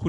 คุ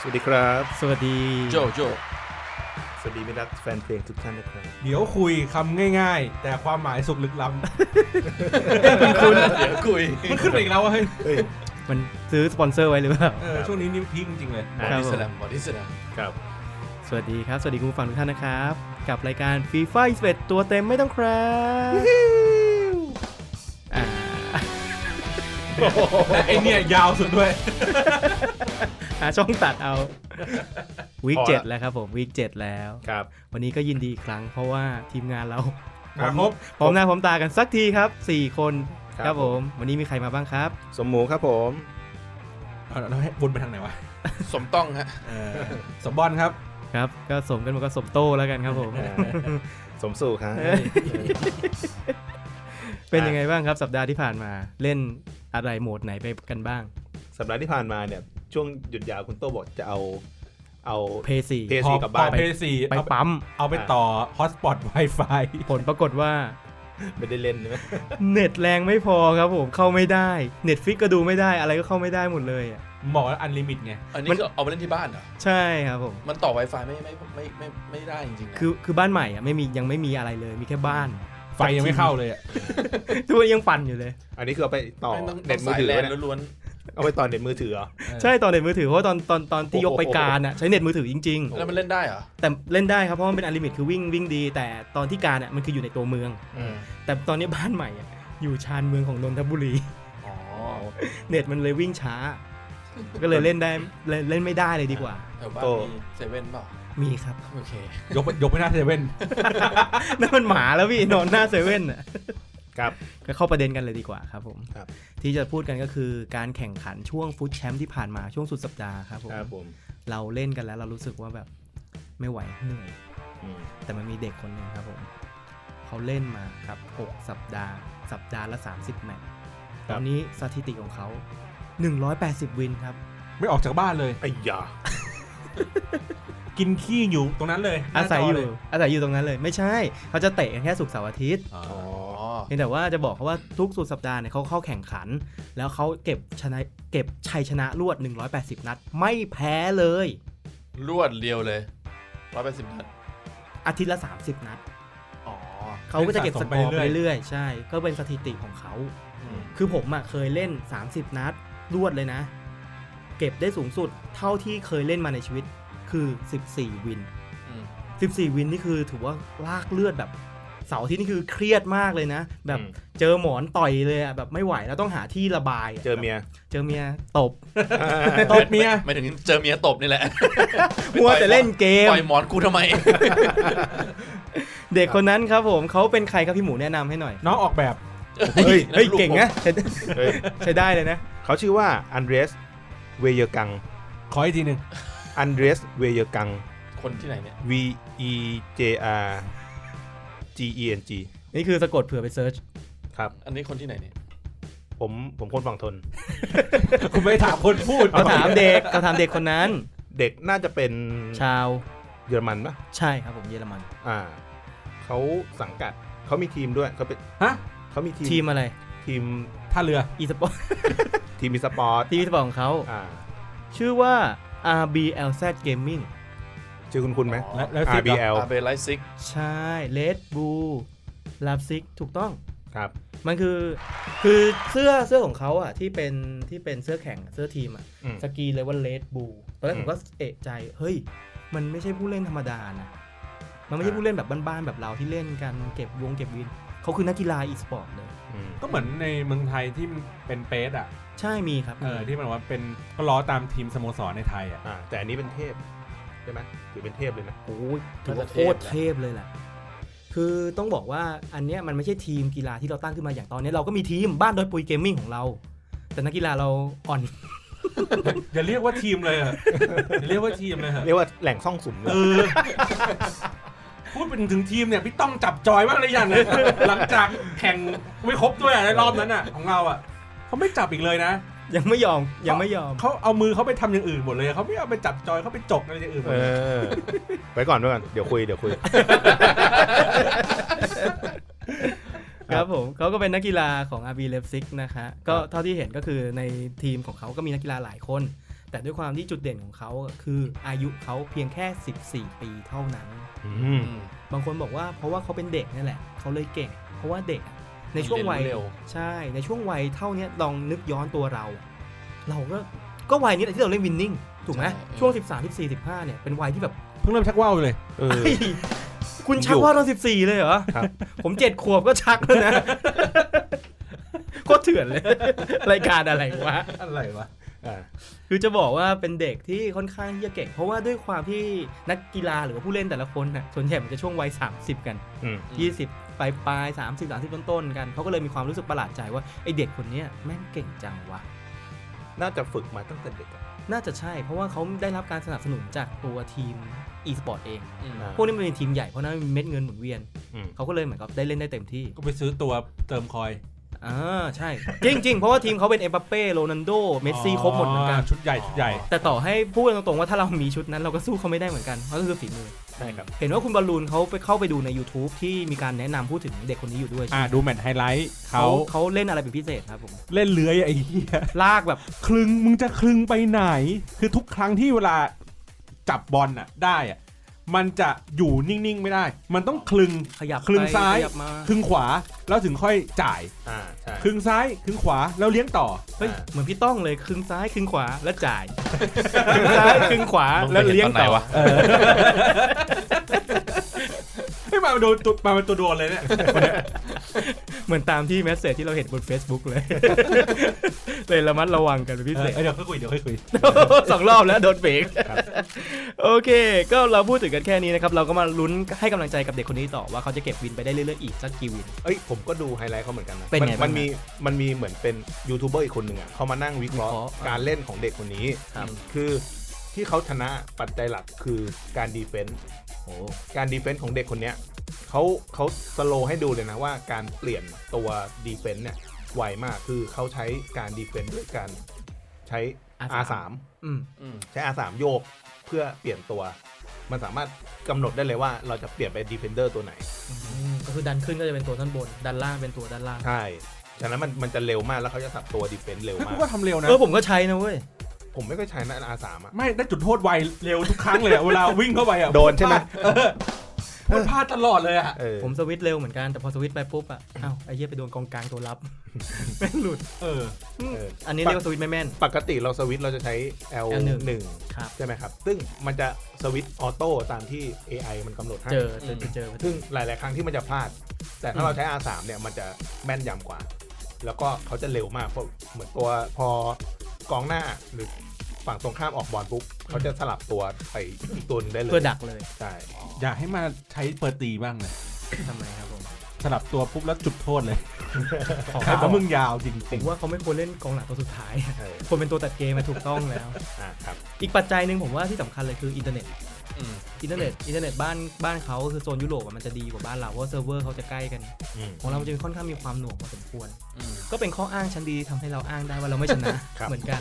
สวัสดีครับ สวัสดี โจโจ สวัสดีมิตรรักแฟนเพลงทุกท่านนะครับ เดี๋ยวคุยคำง่ายๆ แต่ความหมายสุกลึกล้ คุณเดี๋ยวคุย ำ มันขึ้นมาอีกแล้วอะเฮ้ย เอ้ย มันซื้อสปอนเซอร์ไว้หรือเปล่า เออช่วงนี้นี่พีคจริงๆเลย บอ ครับผดี้ม สแลมบอดี้สแลม ครับ สวัสดีครับ สวัสดีคุณผู้ฟังทุกท่านนะครับ กับรายการฟีฟ่าสเวตัวเต็มไม่ต้องครับอ่า ไอเนี่ยยาวสุดด้วย หาช่องตัดเอาวีค พอละ เจ็ดแล้วครับผมวีคเจ็ดแล้ว ครับ วันนี้ก็ยินดีอีกครั้ง เพราะว่าทีมงานเรา มาครบ พร้อมหน้าพร้อมตากันสักทีครับสี่คน ครับ ครับผม วันนี้มีใครมาบ้างครับ สมหมูครับผม เอาแล้วให้วนไปทางไหนวะ สมต้องฮะ เออสมบอลครับ ครับ ก็สมกันมาก็สมโตแล้วกันครับผม สมสู่ครับ เป็นยังไงบ้างครับสัปดาห์ที่ผ่านมาเล่นอะไรโหมดไหนไปกันบ้าง สัปดาห์ที่ผ่านมาเนี่ย ช่วงหยุดยาวคุณโต้บอกจะเอา เอา เพย์สี่ PS พอ กับ พอ บ้าน เพย์สี่ ไปปั๊ม เอาไปต่อฮอตสปอตไวไฟ ผลปรากฏว่า ไม่ได้เล่นใช่ไหม เน็ตแรงไม่พอครับผมเข้าไม่ได้เน็ตฟิกก็ดูไม่ได้อะไรก็เข้าไม่ได้หมดเลยอ่ะ บอกว่าอันลิมิตไง อันนี้ มัน ก็เอาไปเล่นที่บ้านเหรอ ใช่ครับผม มันต่อ Wi-Fi ไม่ไม่ไม่ไม่ไม่ได้จริงๆนะ คือคือบ้านใหม่อ่ะไม่มียังไม่มีอะไรเลยมีแค่บ้าน ไฟยังไม่เข้าเลยอะ ทุกคนยังปั่นอยู่เลย อันนี้คือเอาไปต่อ ไม่ต้อง เน็ตมือถือ ต้งสายแลน ไว้นะ ล้วน เอาไปต่อเน็ตมือถือเหรอ ใช่ตอนเน็ตมือถือเพราะว่าตอนตอนตอนที่ยกไป โอ้โห การอ่ะใช้เน็ตมือถือจริง ๆ แล้วมันเล่นได้เหรอ ๆ แต่เล่นได้ครับเพราะมันเป็นอลิมิตคือวิ่งวิ่งดี แต่ตอนที่การอ่ะมันคืออยู่ในตัวเมือง อืม แต่ตอนนี้บ้านใหม่อ่ะอยู่ชานเมืองของนนทบุรี อ๋อ เน็ตมันเลยวิ่งช้า ก็เลยเล่นได้เล่นเล่นไม่ได้เลยดีกว่า แถวบ้าน โต มีเซเว่นเปล่า มีครับ โอเค ยกไปยกไปหน้าเซเว่น นั่นมันหมาแล้วพี่ นอนหน้าเซเว่นอ่ะ ครับ ก็เข้าประเด็นกันเลยดีกว่าครับผม ครับ ที่จะพูดกันก็คือการแข่งขันช่วงฟุตแชมป์ที่ผ่านมาช่วงสุดสัปดาห์ครับผม ครับผม เราเล่นกันแล้วเรารู้สึกว่าแบบไม่ไหวเหนื่อย อืม แต่มันมีเด็กคนหนึ่งครับผมเขาเล่นมาครับ6สัปดาห์ สัปดาห์ละ 30แมตช์ตอนนี้สถิติของเขา180 วินครับ ไม่ออกจากบ้านเลย ไอ้ยา กินขี้อยู่ตรงนั้นเลยหน้ อาศัยอ จเล ยู่อาศัยอยู่ตรงนั้นเลยไม่ใช่ เขาจะเตะกันแค่ศุกร์เสาร์อาทิตย์ อ๋อ อ๋อ เพียงแต่ว่าจะบอกเขาว่าทุกสุดสัปดาห์เนี่ยเขาเข้าแข่งขัน แล้วเขาเก็บชนะเก็บชัยชนะรวด 180 นัด ไม่แพ้เลย รวดเดียวเลยร้อยแปดสิบนัด อาทิตย์ละ 30 นัด อ๋อ เขาก็จะเก็บสกอร์ไปเรื่อยๆใช่ ก็เป็นสถิติของเขา อืม คือผมอะเคยเล่น 30 นัด รวดเลยนะ เก็บได้สูงสุดเท่าที่เคยเล่นมาในชีวิตคือ 14 วิน อืม 14 วินนี่คือถือว่าลากเลือดแบบเสาร์อาที่นี่คือเครียดมากเลยนะ แบบ อืม เจอหมอนต่อยเลยอ่ะแบบไม่ไหวแล้วต้องหาที่ระบายะ เจอเมีย เจอเมียตบ ตบเมีย ไม่ถึงเจอเมียตบนี่แหละ มัวแต่เล่นเกม ปล่อยหมอนกูทำไม เด็กคนนั้นครับผมเขาเป็นใครครับพี่หมูแนะนำให้หน่อย น้องออกแบบ เฮ้ย นั่น เฮ้ย ลูก เก่งนะใช้ เฮ้ย ใช้ได้เลยนะ เขาชื่อว่าอันเดรสเวเยกัง ขออีกทีหนึ่ง อันเดรสเวเยกัง คนที่ไหนเนี่ย V E J R G E N G นี่คือสะกดเผื่อไปเซิร์ช ครับ อันนี้คนที่ไหนเนี่ย ผมผมคนฝั่งทน คุณไม่ถามคนพูด เราถามเด็กเราถามเด็กคนนั้น เด็กน่าจะเป็น ชาว เยอรมันปะ ใช่ครับผมเยอรมัน อ่า เขาสังกัด เขามีทีมด้วย เขาเป็น ฮะ เขามีทีม ทีมอะไร ทีม ท่าเรือ อีสป อร์ต ทีมอีสปอร์ต ทีมอีสปอร์ตของเขา อ่า ชื่อว่า RBLZ Gaming ชื่อคุณคุณไหม อ๋อ และแล้วสิบเหรอ RBL อาเบไลซิก ใช่ Red Bull l a p s i g ถูกต้อง ครับ มันคือคือเสื้อเสื้อของเขาอ่ะที่เป็นที่เป็นเสื้อแข่งอะเสื้อทีมอ่ะ อืม สกรีนเลยว่าเลดบูตอนแรก อื ผม มก็เอะใจ เฮ้ย มันไม่ใช่ผู้เล่นธรรมดานะมันไม่ใช่ผู้เล่นแบบบ้านๆแบบเราที่เล่นกันเก็บวงเก็บวินเขาคือนักกีฬาอีสปอร์ตเลย อืม ก็เหมือนในเมืองไทยที่มันเป็นเปสอ่ะ ใช่มีครับ เออที่มันว่าเป็นก็ล้อตามทีมสโมสรในไทยอ่ะ อ่า แต่อันนี้เป็นเทพ ใช่ไหมถือเป็นเทพเลยนะ โอ้ยถือว่า น่าจะ โค เทพ ตรเทพเลยแหละคือต้องบอกว่าอันเนี้ยมันไม่ใช่ทีมกีฬาที่เราตั้งขึ้นมาอย่างตอนเนี้ยเราก็มีทีมบ้านโดยปุยเกมมิ่งของเรา แต่นักกีฬาเราอ่อน อย่าเรียกว่าทีมเลยอะอย่าเรียกว่าทีมเลยอะ เรียกว่าแหล่งซ่องสุมเลย เออพูดเป็นถึงทีมเนี่ยพี่ต้องจับจอยบ้างเลยอย่างเนี่ยหลังจากแข่งไม่ครบด้วยอะในรอบนั้นอ่ะ ของเราอ่ะเขาไม่จับอีกเลยนะ ยังไม่ยอมยังไม่ยอม เขาเอามือเขาไปทำอย่างอื่นหมดเลยเขาไม่เอาไปจับจอยเขาไปจกอะไรอย่างอื่นหม เอ ดเลย อไว้ก่อนไว้ก่อนเดี๋ยวคุยเดี๋ยวคุย ครับผมเขาก็เป็นนักกีฬาของ RB Leipzig นะคะก็เท่าที่เห็นก็คือในทีมของเขาก็มีนักกีฬาหลายคน แต่ด้วยความที่จุดเด่นของเขาคืออายุเขาเพียงแค่ 14 ปีเท่านั้น อืม อืม บางคนบอกว่าเพราะว่าเขาเป็นเด็กนี่แหละเขาเลยเก่ง เพราะว่าเด็กอะในช่วงวัย เรียนรู้เร็ว ใช่ในช่วงวัยเท่าเนี้ยลองนึกย้อนตัวเรา เราก็ก็วัยนี้แหละที่เราเล่นวินนิ่งถูกไหมช่วง 13 14 15เนี่ยเป็นวัยที่แบบ เพิ่งเริ่มชักว่าวเลย เออ เฮ้ยคุณชักว่าตอนสิบสี่เลยเหรอ ครับ ผมเจ็ดขวบก็ชักแล้วนะ โคตรเถื่อนเลย รายการอะไรวะ อะไรวะอ่า คือจะบอกว่าเป็นเด็กที่ค่อนข้างที่จะเก่ง เพราะว่าด้วยความที่นักกีฬาหรือว่าผู้เล่นแต่ละคนน่ะส่วนใหญ่มันจะช่วงวัย 30 กัน อืม 20ปลายปลายสามสิบสามสิบต้นๆกันเขาก็เลยมีความรู้สึกประหลาดใจว่าไอเด็กคนเนี้ยแม่งเก่งจังวะ น่าจะฝึกมาตั้งแต่เด็กอะ น่าจะใช่เพราะว่าเขาได้รับการสนับสนุนจากตัวทีม e-sport เอง อืม อ่า พวกนี้มันเป็นทีมใหญ่เพราะนั้นมันมีเม็ดเงินหมุนเวียน อืม เขาก็เลยเหมือนกับได้เล่นได้เต็มที่ ก็ไปซื้อตัวเติมคอย อ่าใช่ จริง ๆ เพราะว่าทีมเขาเป็นเอ a ปเป้โรนันโด เมสซี่ครบหมดเหมือนกัน ชุดใหญ่ชุดใหญ่ แต่ต่อให้พูดกันตรงๆว่าถ้าเรามีชุดนั้นเราก็สู้เขาไม่ได้เหมือนกันเพราะก็คือฝีมือ ใช่ครับ เห็นว่าคุณบอลลูนเขาไปเข้าไปดูใน YouTube ที่มีการแนะนำพูดถึงเด็กคนนี้อยู่ด้วย อ่าดูแมตช์ไฮไลท์เขา เขาเล่นอะไรเป็นพิเศษครับผม เล่นเลื้อยไอ้เหี้ย ลากแบบ คลึงมึงจะคลึงไปไหน คือทุกครั้งที่เวลาจับบอลน่ะได้อะมันจะอยู่นิ่งๆไม่ได้ มันต้องคลึง ขยับ คลึง ไป ซ้าย ขยับมา คลึงขวาแล้วถึงค่อยจ่าย อ่าใช่ คลึงซ้ายคลึงขวาแล้วเลี้ยงต่อ เฮ้ย อ่า เหมือนพี่ต้องเลยคลึงซ้ายคลึงขวาแล้วจ่าย คลึงซ้ายคลึงขวาแล้วเลี้ยง มึไปห็นตอนไหน ต่อ วะ ไม่มาโดนตัวมาเป็นตัวโดนเลยเนี่ย เหมือนตามที่แมสเซจที่เราเห็นบน Facebook เลย เลยระมัดระวังกันเป็นพิ เอ เศ อ ษ เดี๋ยวค่อยคุยเดี๋ยวค่อยคุย สองรอบแล้วโดนเบรก โอเค ก็เราพูดถึงกันแค่นี้นะครับ เราก็มาลุ้นให้กำลังใจกับเด็กคนนี้ต่อว่าเขาจะเก็บวินไปได้เรื่อยๆอีกสักกี่วิน เอ้ยผมก็ดูไฮไลท์เขาเหมือนกันนะ เป็นไง มั บ้าง มันมีมันมีเหมือนเป็นยูทูบเบอร์อีกคนหนึ่งอ่ะเขามานั่งวิเคราะห์ วิเคราะห์ การเล่นของเด็กคนนี้ ครับ คือที่เขาชนะปัจจัยหลักคือการดีเฟนส์การดีเฟนส์ของเด็กคนเนี้ยเขาเขาสโลว์ให้ดูเลยนะว่าการเปลี่ยนตัวดีเฟนส์เนี่ยไวมากคือเขาใช้การดีเฟนส์ด้วยการใช้ R3 อืม อืม ใช้ R3 โยกเพื่อเปลี่ยนตัว มันสามารถกำหนดได้เลยว่าเราจะเปลี่ยนไปดีเฟนเดอร์ตัวไหน ก็คือดันขึ้นก็จะเป็นตัวด้านบน ดันล่างเป็นตัวด้านล่าง ใช่ ฉะนั้นมันมันจะเร็วมากแล้วเขาจะสับตัวดิเฟนต์เร็วมา กู ก ก็ทำเร็วนะ เออผมก็ใช้นะเว้ย ผมไม่ค่อยใช้นะอาสามอะ ไม่ได้จุดโทษไวเร็วทุกครั้งเลยอะเวลาวิ่งเข้าไปอะ โดนใช่ไหม เออมันพลาดตลอดเลยอะ เออ ผมสวิตช์เร็วเหมือนกัน แต่พอสวิตช์ไปปุ๊บอ่ะ อ้าวไอ้เหี้ยไปโดนกองกลางตัวรับ แม่งหลุด เออ อืม เออ อันนี้เรียกว่าสวิตช์ไม่แม่น ปกติเราสวิตช์เราจะใช้ L L1 หนึ่ง ครับ ใช่ไหมครับ ซึ่งมันจะสวิตช์ออโต้ตามที่ AI มันกำหนดให้ เจอเจอเจอ ซึ่งหลาย ๆ ครั้งที่มันจะพลาด แต่ถ้าเราใช้ R3 เนี่ยมันจะแม่นยำกว่า แล้วก็เขาจะเร็วมากเพราะเหมือนตัวพอกองหน้าหรือฝั่งตรงข้ามออกบอลปุ๊บเขาจะสลับตัวไปอีกตัวหนึงได้เลย เพื่อดักเลย ใช่ อยากให้มาใช้เปิดตีบ้างเลย ทำไมครับผม สลับตัวปุ๊บแล้วจุดโทษเลย ขอ ขา บอก มึงยาวจ ผ ริง มว่าเขาไม่ควรเล่นกองหลังตัวสุดท้าย เออ ควรเป็นตัวตัดเกมมาถูกต้องแล้ว อ่ะครับ อีกปัจจัยหนึ่งผมว่าที่สำคัญเลยคืออินเทอร์เน็ต อืม อินเทอร์เน็ต อินเทอร์เน็ตบ้านบ้านเขาคือโซนยุโรปอะมันจะดีกว่าบ้านเราเพราะเซิร์ฟเวอร์เขาจะใกล้กัน อืม ของเรามันจะค่อนข้างมีความหน่วงพอสมควร อืม ก็เป็นข้ออ้างชั้นดีที่ทำให้เราอ้างได้ว่าเราไม่ชนะ ครับ เหมือนกัน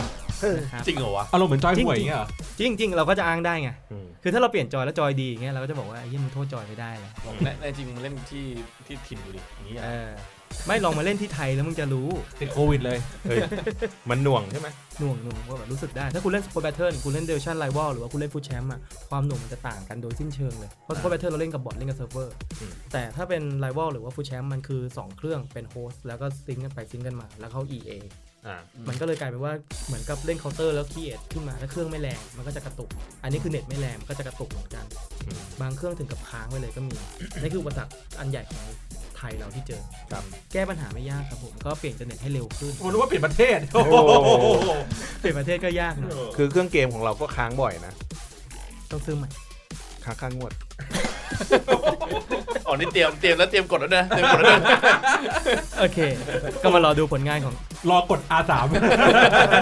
นะครับ จริงเหรอวะ ๆอารมณ์เหมือนจอยหวยอย่างเงี้ยเหรอ จริงจริง ๆ เราก็จะอ้างได้ไง อืม คือถ้าเราเปลี่ยนจอยแล้วจอยดีอย่างเงี้ยเราก็จะบอกว่าไอ้เหี้ยมึงโทษจอยไม่ได้เลย แน่แน่จริงมึงเล่นที่ที่ถิ่นอยู่ดิอย่างนี้อะ เออไม่ลองมาเล่นที่ไทยแล้วมึงจะรู้ ติดโควิดเลย เฮ้ยมันหน่วงใช่ไหม หน่วงหน่วงว่าแบบรู้สึกได้ ถ้าคุณเล่นสปอร์ตแบทเทิลคุณเล่นเดลชั่นไลวอลหรือว่าคุณเล่นฟูดแชมป์อะความหน่วงมันจะต่างกันโดยสิ้นเชิงเลยเพราะสปอร์ตแบทเทิลเราเล่นกับบอทเล่นกับเซิร์ฟเวอร์แต่ถ้าเป็นไลวอลหรือว่าฟูดแชมป์มันคือสองเครื่องเป็นโฮสต์แล้วก็ซิงก์กันไปซิงก์กันมาแล้วเข้า EA อ่า มันก็เลยกลายเป็นว่าเหมือนกับเล่นเคาน์เตอร์แล้วคีเอทขึ้นมาถ้าเครื่องไม่แรงมันก็จะกระตุก อันนี้คือเน็ตไม่แรงมันก็จะกระตุกเหมือนกัน อืม บางเครื่องถึงกับค้างไปเลยก็มี นี่คืออุปสรรคอันใหญ่ของไทยเราที่เจอ ครับ แก้ปัญหาไม่ยากครับผมก็เปลี่ยนอินเทอร์เน็ตให้เร็วขึ้น ผมรู้ว่าเปลี่ยนประเทศ โอ้โห เปลี่ยนประเทศก็ยากหนะ คือเครื่องเกมของเราก็ค้างบ่อยนะ ต้องซื้อใหม่ ค้างค่างวด อ๋อนี่เตรียมเตรียมแล้วเตรียมกดแล้วนะเตรียมกดแล้วนะ โอเค ก็มารอดูผลงานของ รอกด R3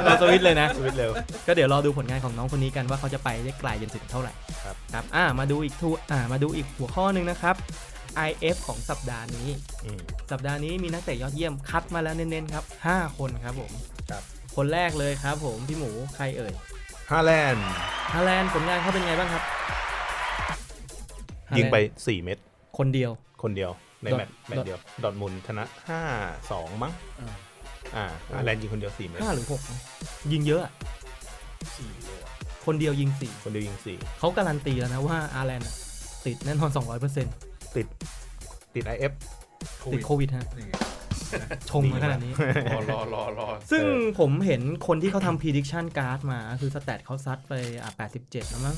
รอสวิตเลยนะ สวิตเร็ว ก็เดี๋ยวรอดูผลงานของน้องคนนี้กันว่าเขาจะไปได้ไกลจนถึงเท่าไหร่ ครับ ครับอ่ามาดูอีกทูอ่ามาดูอีกหัวข้อหนึ่งนะครับ IF ของสัปดาห์นี้ อืม สัปดาห์นี้มีนักเตะยอดเยี่ยมคัดมาแล้วเน้นๆครับห้าคนครับผม ครับ คนแรกเลยครับผมพี่หมูใครเอ่ย ฮาแลนด์ ฮาแลนด์ผลงานเขาเป็นไงบ้างครับ ยิงไป ฮาแลนด์ 4 เม็ด คนเดียว คนเดียวใน ดอท แมตช์แมต ดอ ช์ ท เดียว ดอทมุนด์ชนะ 5 2 มั้งอ่าฮาแลนด์ยิงคนเดียว 4 เม็ด ห้าหรือหกนะยิงเยอะอะ สี่เลยว่ะ คนเดียวยิงสี่ คนเดียวยิง เขาการันตีแล้วนะว่าฮาแลนด์อะติดแน่นอน 200% 4 ติดติด IF ติดโควิดฮะ นี่ไง ชงมาขนาดนี้ รอรอรอรอ ซึ่ง เออ ผมเห็นคนที่เขาทำ prediction card มา คือสแตทเขาซัดไปอ่ะ87 แล้วมั้ง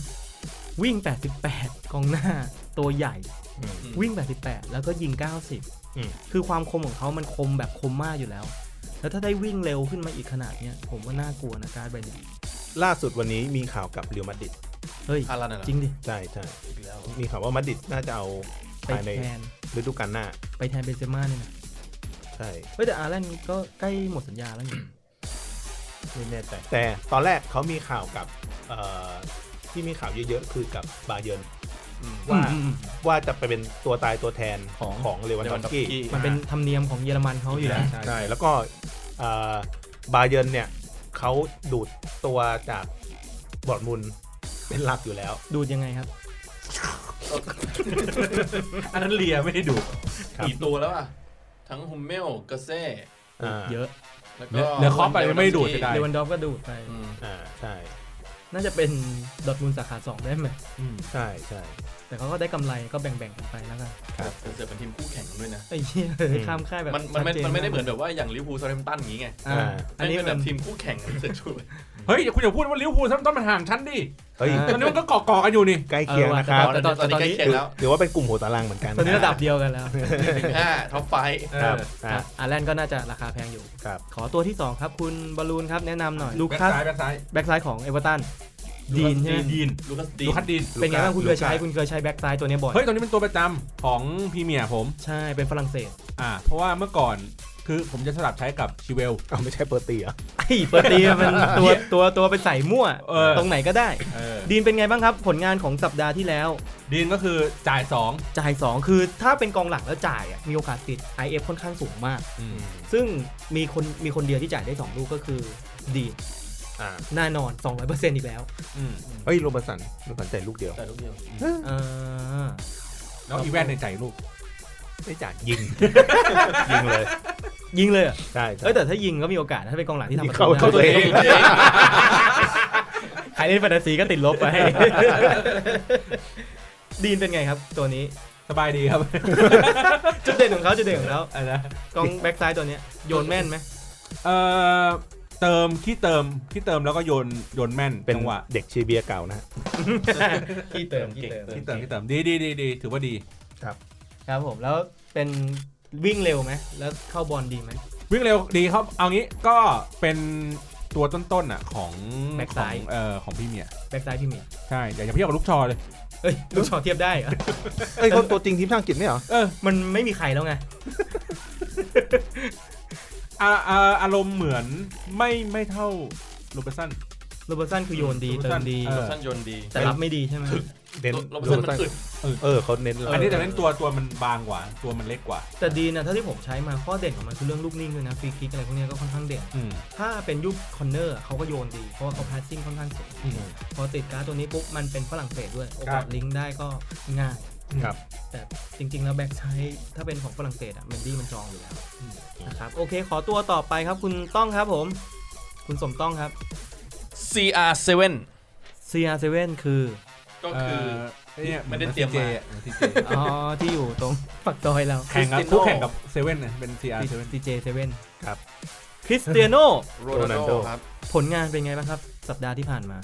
วิ่ง 88 กองหน้า ตัวใหญ่ อืม วิ่ง 88 แล้วก็ยิง 90 อืม คือความคมของเขามันคมแบบคมมากอยู่แล้ว แล้วถ้าได้วิ่งเร็วขึ้นมาอีกขนาดเนี้ย ผมว่าน่ากลัวนะการ์ดใบนี้ ล่าสุดวันนี้มีข่าวกับเรียวมาดริด เฮ้ย ฮาลันน่ะเหรอ จริงดิ ใช่ใช่ อีกแล้ว มีข่าวว่ามาดริดน่าจะเอา ไป ภายใน แทน ฤดูกาลหน้า ไปแทนเบนเซม่าเนี่ยนะ ใช่ เฮ้ยแต่อาร์แลนด์ก็ใกล้หมดสัญญาแล้วนี่ ไม่แน่ใจแต่ตอนแรกเขามีข่าวกับเอ่อที่มีข่าวเยอะๆ คือกับบาเยิร์น อืม ว่า อืมอืมอื ว่าจะไปเป็นตัวตายตัวแทน ของ ของเลวันดอฟสกี้ เลวันดอฟสกี้ มันเป็นธรรมเนียมของเยอรมันเขาอยู่แล้ว ใช่ใช่แล้วก็เอ่อบาเยิร์นเนี่ยเขาดูดตัวจากบอร์ดมุนเป็นหลักอยู่แล้ว ดูดยังไงครับ อันนั้นเลียไม่ได้ดู ครับ กี่ตัวแล้วอ่ะ ทั้งฮุมเมลกาเซ่ อ่า เยอะ แล้ว เหลื ก็ อเหลือคอปไปไม่ดูดจะได้ เลวันดอฟก็ดูดไป อืม อ่าใช่ น่าจะเป็นดอทมูลสาขาสองได้ไหม ใช่ใช่ แต่เขาก็ได้กำไรก็แบ่งๆกันไปแล้วกัน แต่เสือเป็นทีมคู่แข่งกันด้วยนะ ไอ้เหี้ยเออ อืม ข้ามค่ายแบบ มันมันไม่ ชัดจ มันไม่ได้เหมือนแบบว่าอย่างลิเวอร์พูลซาร์เทมตันอย่างงี้ไง อ่า อ่า อันนี้ ไม่เป็น มั แบ น บทีมคู่แข่งเสือช่วย เฮ้ยอย่าคุณอย่าพูดว่าลิเวอร์พูลซ้ำต้นมันห่างชั้นดิ เฮ้ย ตอนนี้มันก็เกาะๆกันอยู่นี่ ใกล้เคียงนะครับ แต่ตอนแต่ตอนนี้ ใกล้เคียงแล้ว หรือว่าเป็นกลุ่มหัวตารางเหมือนกัน ตอนนี้ระดับเดียวกันแล้ว หนึ่งห้าท็อปไฟว์ ครับ อ่ะ อ่า อาร์แลนด์ก็น่าจะราคาแพงอยู่ ครับ ขอตัวที่ 2 ครับ คุณบอลลูนครับ แนะนำหน่อย ลูคัส แบ็คซ้ายแบ็คซ้าย แบ็คซ้ายของเอเวอร์ตันดีนใช่ไหม ดีน ลูคัสดี ลูคัสดีน เป็นไงบ้างคุณเคยใช้ ลูคัส คุณเคยใช้แบ็คซ้ายตัวเนี้ยบ่อย เฮ้ยตอนนี้เป็นตัวประจำของพรีเมียร์ผม ใช่เป็นฝรั่งเศส อ่า เพราะว่าเมื่อก่อนคือผมจะสลับใช้กับชิเวล เอาไม่ใช่เปอร์ตีเหรอ ไอ้เปอร์ตีมันตัวตัวตัวเป็นใส่มั่ว เออ ตรงไหนก็ได้ เออ ดีนเป็นไงบ้างครับ ผลงานของสัปดาห์ที่แล้ว ดีนก็คือจ่าย 2 จ่าย 2 คือถ้าเป็นกองหลังแล้วจ่ายอะมีโอกาสติด IF ค่อนข้างสูงมาก อืม ซึ่งมีคนมีคนเดียวที่จ่ายได้ 2 ลูกก็คือดีน อ่า แน่นอน 200%อีกแล้ว อืม เฮ้ยโรบันสันโรบันสันใจลูกเดียว แต่ลูกเดียว อ่า แล้วอีแวนในใจลูก ไม่จ่ายยิง ยิงเลย ยิงเลยเหรอ ใช่ใช่ เอ้ยแต่ถ้ายิงก็มีโอกาสถ้าเป็นกองหลังที่ทำประตู เข้า ได้ ตัวเอง ใครเล่นแฟนตาซีก็ติดลบไป ดีนเป็นไงครับ ตัวนี้ สบายดีครับ จุดเด่นของเขาจุดเด่นของเขา อะไรนะ กองแบ็กซ้ายตัวเนี้ยโยนแม่นไหม เอ่อ เติมขี้เติมขี้เติมแล้วก็โยนโยนแม่น เป็น จังหวะ เด็กเชียร์เบียร์เก่านะฮะ ที่เติมที่เติม ขี้เติมขี้เติมดีดีดีดีถือว่าดี ครับผมแล้วเป็นวิ่งเร็วไหมแล้วเข้าบอลดีไหม วิ่งเร็วดีครับ เอางี้ก็เป็นตัวต้นๆอ่ะของ แบ็ค ข ซ้า อง ย เอ่อของพรี่เมียร์ แบ็กซ้ายพี่เมียร์ ใช่อย่าอย่าเทียบกับลูกชอเลย เอ้ยลูกชอเทียบได้เหรอ เอ้ยเขาตัวจริงทีมชาติอังกฤษไม่เหรอ เออ มันไม่มีใครแล้วไง อ่าอ่าอารมณ์เหมือนไม่ไม่เท่าโรเบร์ตสัน โรเบอร์ตสันคือโยนดี โรเบอร์เติสั ม น ดี เออ สั้นยนต์ดี แต่รับไม่ดีใช่ไหม เน้น โรเบิร์ตสันมันอึด เออเขาเน้น เอ อันนี้แต่เล่นตัวตัวมันบางกว่า ตัวมันเล็กกว่า แต่ดีนะเท่าที่ผมใช้มาข้อเด่นของมันคือเรื่องลูกนิ่งด้วยนะฟรีคิกอะไรพวกเนี้ยก็ค่อนข้างเด่น อืม ถ้าเป็นยุคคอนเนอร์เขาก็โยนดี เพราะว่าเขาพาสซิ่งค่อนข้างสูง อืม พอติดการ์ดตัวนี้ปุ๊บ มันเป็นฝรั่งเศสด้วย โอ ครั กาส บ ลิงก์ได้ก็ง่าย ครับ แต่จริง ๆ แล้วแบ็กไซด์ถ้าเป็นของฝรั่งเศสอะเมนดี้มันจองอยู่แล้ว อืม นะครับโอเค ขอตัวต่อไปครับคุณต้องครับผม คุณสมต้องครับ CR7 CR7 คือ ก็คือ เเนี่ย ไม่ได้เตรียมมา ทีเจ อ๋อที่อยู่ตรง ปักซอยเรา แข่งกับ Cristiano คู่แข่งกับเซเว่นเนี่ยเป็น CR เซเว่น ดีเจเซเว่น ครับ คริสเตียโน โรนัลโด Ronaldo ครับ ผลงานเป็นไงบ้างครับ สัปดาห์ที่ผ่านมา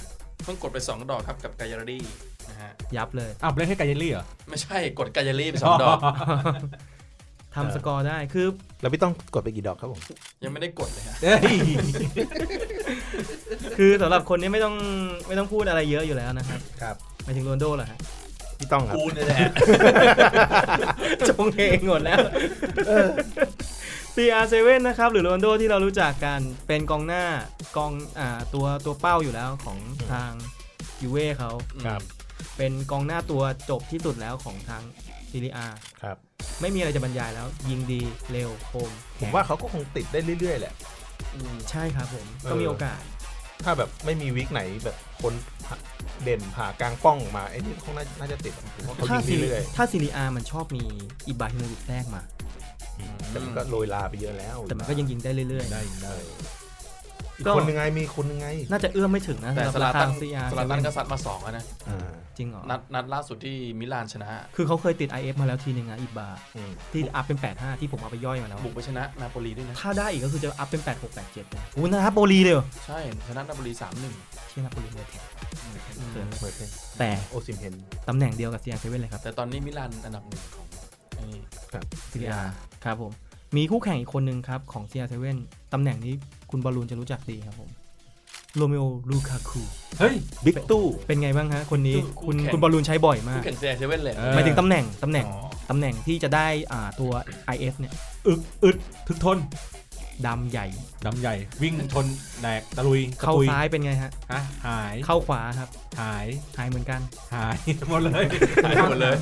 เพิ่งกดไป 2 ดอกครับกับกายารี่นะฮะ ยับเลย อ้าวเล่นให้กายเยลลี่เหรอ ไม่ใช่กดกายารี่ไปสอง ดอก ทำสกอร์ได้คือ แล้วพี่ต้องกดไปกี่ดอกครับผม ยังไม่ได้กดเลยฮะ เอ้ย คือสำหรับคนนี้ไม่ต้องไม่ต้องพูดอะไรเยอะอยู่แล้วนะครับ ครับ หมายถึงโรนลโดเหรอฮะ พี่ต้องครับ กูเนี่ยแหละ จงเฮงหมดแล้ว CR7 นะครับ หรือโรนลโดที่เรารู้จักกันเป็นกองหน้ากองอ่าตัวตัวเป้าอยู่แล้วของทางยูเว่เขา ครับ เป็นกองหน้าตัวจบที่สุดแล้วของทางซีเรีย ครับ ไม่มีอะไรจะบรรยายแล้ว ยิงดีเร็วคม ผมว่าเขาก็คงติดได้เรื่อยๆแหละ ใช่ครับผม เออ ก็มีโอกาส ถ้าแบบไม่มีวิกไหนแบบคนเด่นผ่ากลางป้องมาไอ้นี่คงน่าน่าจะติดอะผมว่าเขา ถ้า ยิ ซี งเรื่อย ถ้าซีเรียมันชอบมีอิบราฮิโมวิชแทรกมา ๆอืมแต่มันก็โรยลาไปเยอะแล้ว แต่มันก็ยังยิงได้เรื่อย ได้ได้อีก ก็ คนยังไงมีคนยังไง ๆ น่าจะเอื้อมไม่ถึงนะ แต่ สำ ส หรั ลา บ ตั ทาน ง CR7 สลาตันก็ซัดมาสองแล้วนะ อ่า จริงเหรอ นัดนัดล่าสุดที่มิลานชนะ คือเขาเคยติด IF มาแล้วทีนึงอะอิบรา อืม ที่อัพเป็น 85 ที่ผมเอาไปย่อยมาแล้ว บุกไปชนะนาโปลีด้วยนะ ถ้าได้อีกก็คือจะอัพเป็น 86 87เลยอู้นะครับโปรลีเลยเหรอ ใช่ ชนะนาโปลีสามหนึ่ง เชี่ยนะโปรลีเลยแท้เกินเลย เปิดเพลง แต่ โอซิมเฮน ตำแหน่งเดียวกับซีอาร์เซเว่นเลยครับ แต่ตอนนี้มิลานอันดับหนึ่งของไอ้นี่ ซีอาร์ครับผม มีคู่แข่งอีกคนนึงครับ ของซีอาร์เซเว่นตำแหน่งนี้คุณบอลลูนจะรู้จักดีครับผมโรเมโอลูคาคู เฮ้ย บิ๊กตู้ เป็นไงบ้างฮะคนนี้คุณคุณบอลลูนใช้บ่อยมา คู่ ก แข่งเซียเซเว่นเลย เออ หมายถึงตำแหน่งตำแหน่ง อ๋อ ตำแหน่งที่จะได้อ่าตัว IF เนี่ย อึกอึดทึกทน ดำใหญ่ ดำใหญ่วิ่งชนแดกตะลุย เข้า ตะปุย ซ้ายเป็นไงฮะ ฮะหาย เข้าขวาครับ หาย หายเหมือนกัน หาย หมดเลย หายหมดเลย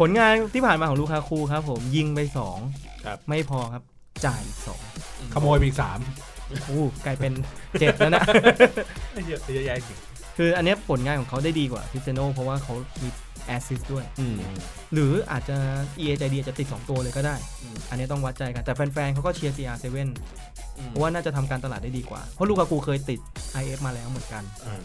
ผลงานที่ผ่านมาของลูคาคูครับผมยิงไป 2 ครับ ไม่พอครับ จ่ายอีกสอง ขโมยไปอีกสาม อู้กลายเป็น เจ็ดแล้วนะ ไอ้เหี้ยเยอะแยะจริง คืออันเนี้ยผลงานของเขาได้ดีกว่าคริสเตยโนเพราะว่าเขามีแอสซิสต์ด้วย อืม หรืออาจจะ EA ใจดีอาจจะติด 2 ตัวเลยก็ได้ อืม อันเนี้ยต้องวัดใจกัน แต่แฟนๆเขาก็เชียร์ CR7 เพราะว่าน่าจะทำการตลาดได้ดีกว่า เพราะลูกากูเคยติด IF มาแล้วเหมือนกัน อ่า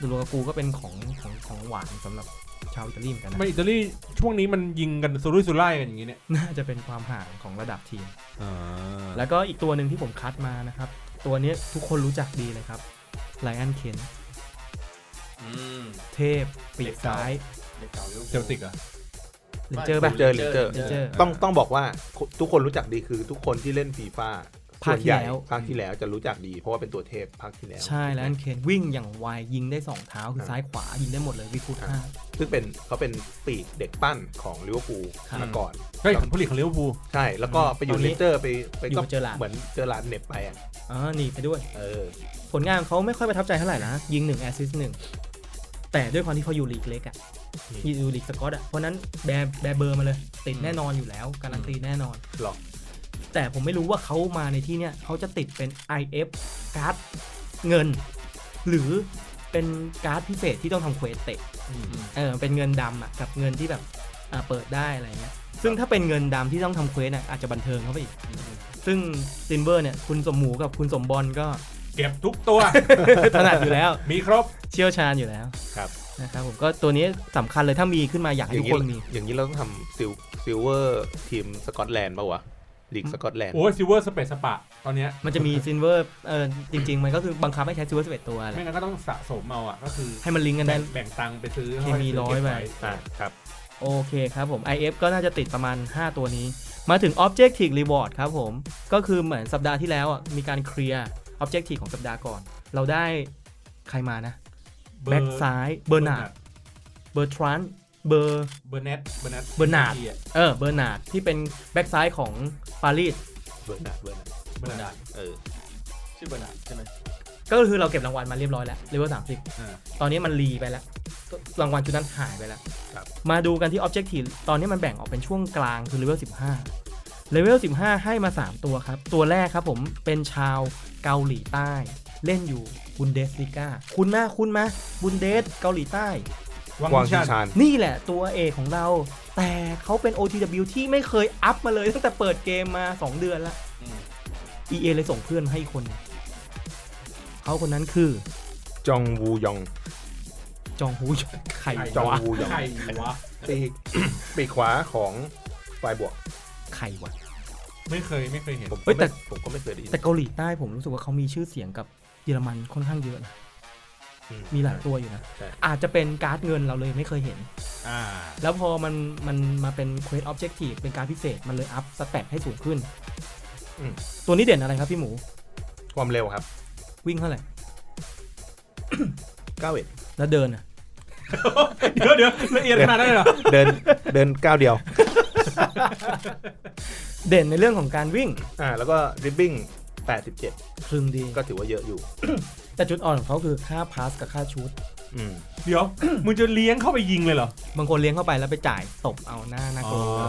ลูกากูก็เป็นของของของหวานสำหรับชาวอิตาลีเหมือนกัน ทำ นะ ไมอิตาลีช่วงนี้มันยิงกันสุรุ่ยสุร่ายกันอย่างนี้เนี่ย น่าจะเป็นความห่างของระดับทีม แล้วก็อีกตัวหนึ่งที่ผมคัดมานะครับ ตัวนี้ทุกคนรู้จักดีเลยครับไลอ n นเคน อืม เทพ ปีกซ้าย เด็กเก่าลิวอร์พูล เซลติกเหรอ่ะ เลนเจอร์แบบ เจอหรือเจอ เจอ เจอ ต้องต้องบอกว่าทุกคนรู้จักดีคือทุกคนที่เล่นฟีฟ่า ภาคที่แล้ว ภาคที่แล้วจะรู้จักดี เพราะว่าเป็นตัวเทพภาคที่แล้ว ใช่ไลอ n นเคนวิ่งอย่างไวยิงได้ 2 เท้า คือซ้ายขวา ยิงได้หมดเลยวิคูท่า ซึ่งเป็นเขาเป็นปีกเด็กปั้นของลิเวอร์พูล ครับ มาก่อน เฮ้ยผลผลิตของลิเวอร์พูล ใช่แล้วก็ไปอยู่ ตอน เล นี้ สเตอร์ไปไป อยู่ ก็ กับเจอร์ราร์ด เหมือนเจอหลาร์ดเหน็บไปอ่ะ อ๋อหนีไปด้วย เออ ผลงานของเขาไม่ค่อยประทับใจเท่าไหร่นะ ยิง1แอสซิสต์หนึ่งแต่ด้วยความที่เขาอยู่ลีกเล็กอะอยู่ลีกสกอตอะเพราะนั้นแบร์แบร์เบอร์มาเลย ติดแน่นอนอยู่แล้วการันตีแน่นอน หลอก แต่ผมไม่รู้ว่าเขามาในที่เนี้ยเขาจะติดเป็น IF การ์ดเงิน หรือเป็นการ์ดพิเศษที่ต้องทำเควสเตะเออเป็นเงินดำอ่ะกับเงินที่แบบอ่าเปิดได้อะไรเงี้ยซึ่งถ้าเป็นเงินดำที่ต้องทำเควสน่ะอาจจะบันเทิงเข้าไปอีก ซึ่งซินเบอร์เนี่ยคุณสมหมูกับคุณสมบอลก็ เก็บทุกตัว ถนัดอยู่แล้ว มีครบ เชี่ยวชาญอยู่แล้ว ครับ นะครับผมก็ตัวนี้สำคัญเลยถ้ามีขึ้นมาอยาก อ ให้ ย่า ทุ ง ก นี้ คนมี อย่างนี้เราต้องทำซิลซิลเวอร์ทีมสกอตแลนด์ป่าวะลีกสกอตแลนด์ โอ้ยซิลเวอร์สเปซสปะ ตอนเนี้ย มันจะมีซินเวอร์เออจริง ๆ มันก็คือบังคับให้ใช้ซิลเวอร์สิบเอ็ดตัวแห ไม่ ละ งั้นก็ต้องสะสมเอาอ่ะ ก็คือ ให้มันลิงก์กันได้ แบ่งแบ่งตังค์ไปซื้อ เคมีร้อยไป อ่าครับ โอเคครับผม IF ก็น่าจะติดประมาณ 5 ตัวนี้ มาถึง Objective Reward ครับผม ก็คือเหมือนสัปดาห์ที่แล้วอ่ะมีการเคลียร์ Objective ของสัปดาห์ก่อน เราได้ใครมานะ แบ็กซ้ายเบอร์นาดเบอร์ทรันเบอร์ เบอร์เนตเบอร์เนต Bernard เออเบอร์นาดที่เป็นแบ็กซ้ายของปารีส เบอร์นาร์ดเบอร์นาร์ด เบ เบ อ อ ร์ ร์ นา นา ร์ ร์ ด ด เออ ชื่อเบอร์นาร์ดใช่ไหม ก็คือเราเก็บรางวัลมาเรียบร้อยแล้วเลเวลสามสิบ อ่า ตอนนี้มันรีไปแล้ว รางวัลชุดนั้นหายไปแล้ว ครับ มาดูกันที่ Objective ตอนนี้มันแบ่งออกเป็นช่วงกลางคือเลเวล15เลเวล15 ให้มา 3 ตัวครับ ตัวแรกครับผมเป็นชาวเกาหลีใต้ เล่นอยู่บุนเดสลิก้าคุณหน้าคุณไหมบุนเดสเกาหลีใต้ วัง กวาง ชิ ชิงงชา ชาน นี่แหละตัวเอกของเรา แต่เขาเป็น OTW ที่ไม่เคยอัพมาเลยตั้งแต่เปิดเกมมา 2 เดือนละ อืม EA เลยส่งเพื่อนมาให้อีกคนหนึ่งเขาคนนั้นคือ จองวูยอง จองฮูยองไข่ จอง วะ วูยอง ไข่วะ ปีก ปีกขวาของฝ่ายบวก ไข่วะ ไม่เคยไม่เคยเห็น ผม เอ้ยแต่ ก็ไม่ผมก็ไม่เคยได้ยิน แต่เกาหลีใต้ผมรู้สึกว่าเขามีชื่อเสียงกับเยอรมันค่อนข้างเยอะนะ อื มีหลายตัวอยู่นะ ใช่ อาจจะเป็นการ์ดเงินเราเลยไม่เคยเห็น อ่า แล้วพอมันมันมาเป็นเควสออบเจกตีฟเป็นการดพิเศษมันเลยอัพสเตตให้สูงขึ้น อืม ตัวนี้เด่นอะไรครับพี่หมู ความเร็วครับ วิ่งเท่าไหร่ เก้าเอ็ด แล้วเดินอ่ะ เดี๋ยวเดี๋ยวละเอียดขนาดนั้นเลยเหรอ เดินเดินก้าวเดียว เด่นในเรื่องของการวิ่ง อ่าแล้วก็ริบบิ้ง87 คลึงดี ก็ถือว่าเยอะอยู่ แต่จุดอ่อนของเขาคือค่าพาสกับค่าชูต อืม เดี๋ยวมึงจะเลี้ยงเข้าไปยิงเลยเหรอบ างคนเลี้ยงเข้าไปแล้วไปจ่ายตบเอาหน้าหน้ากลัว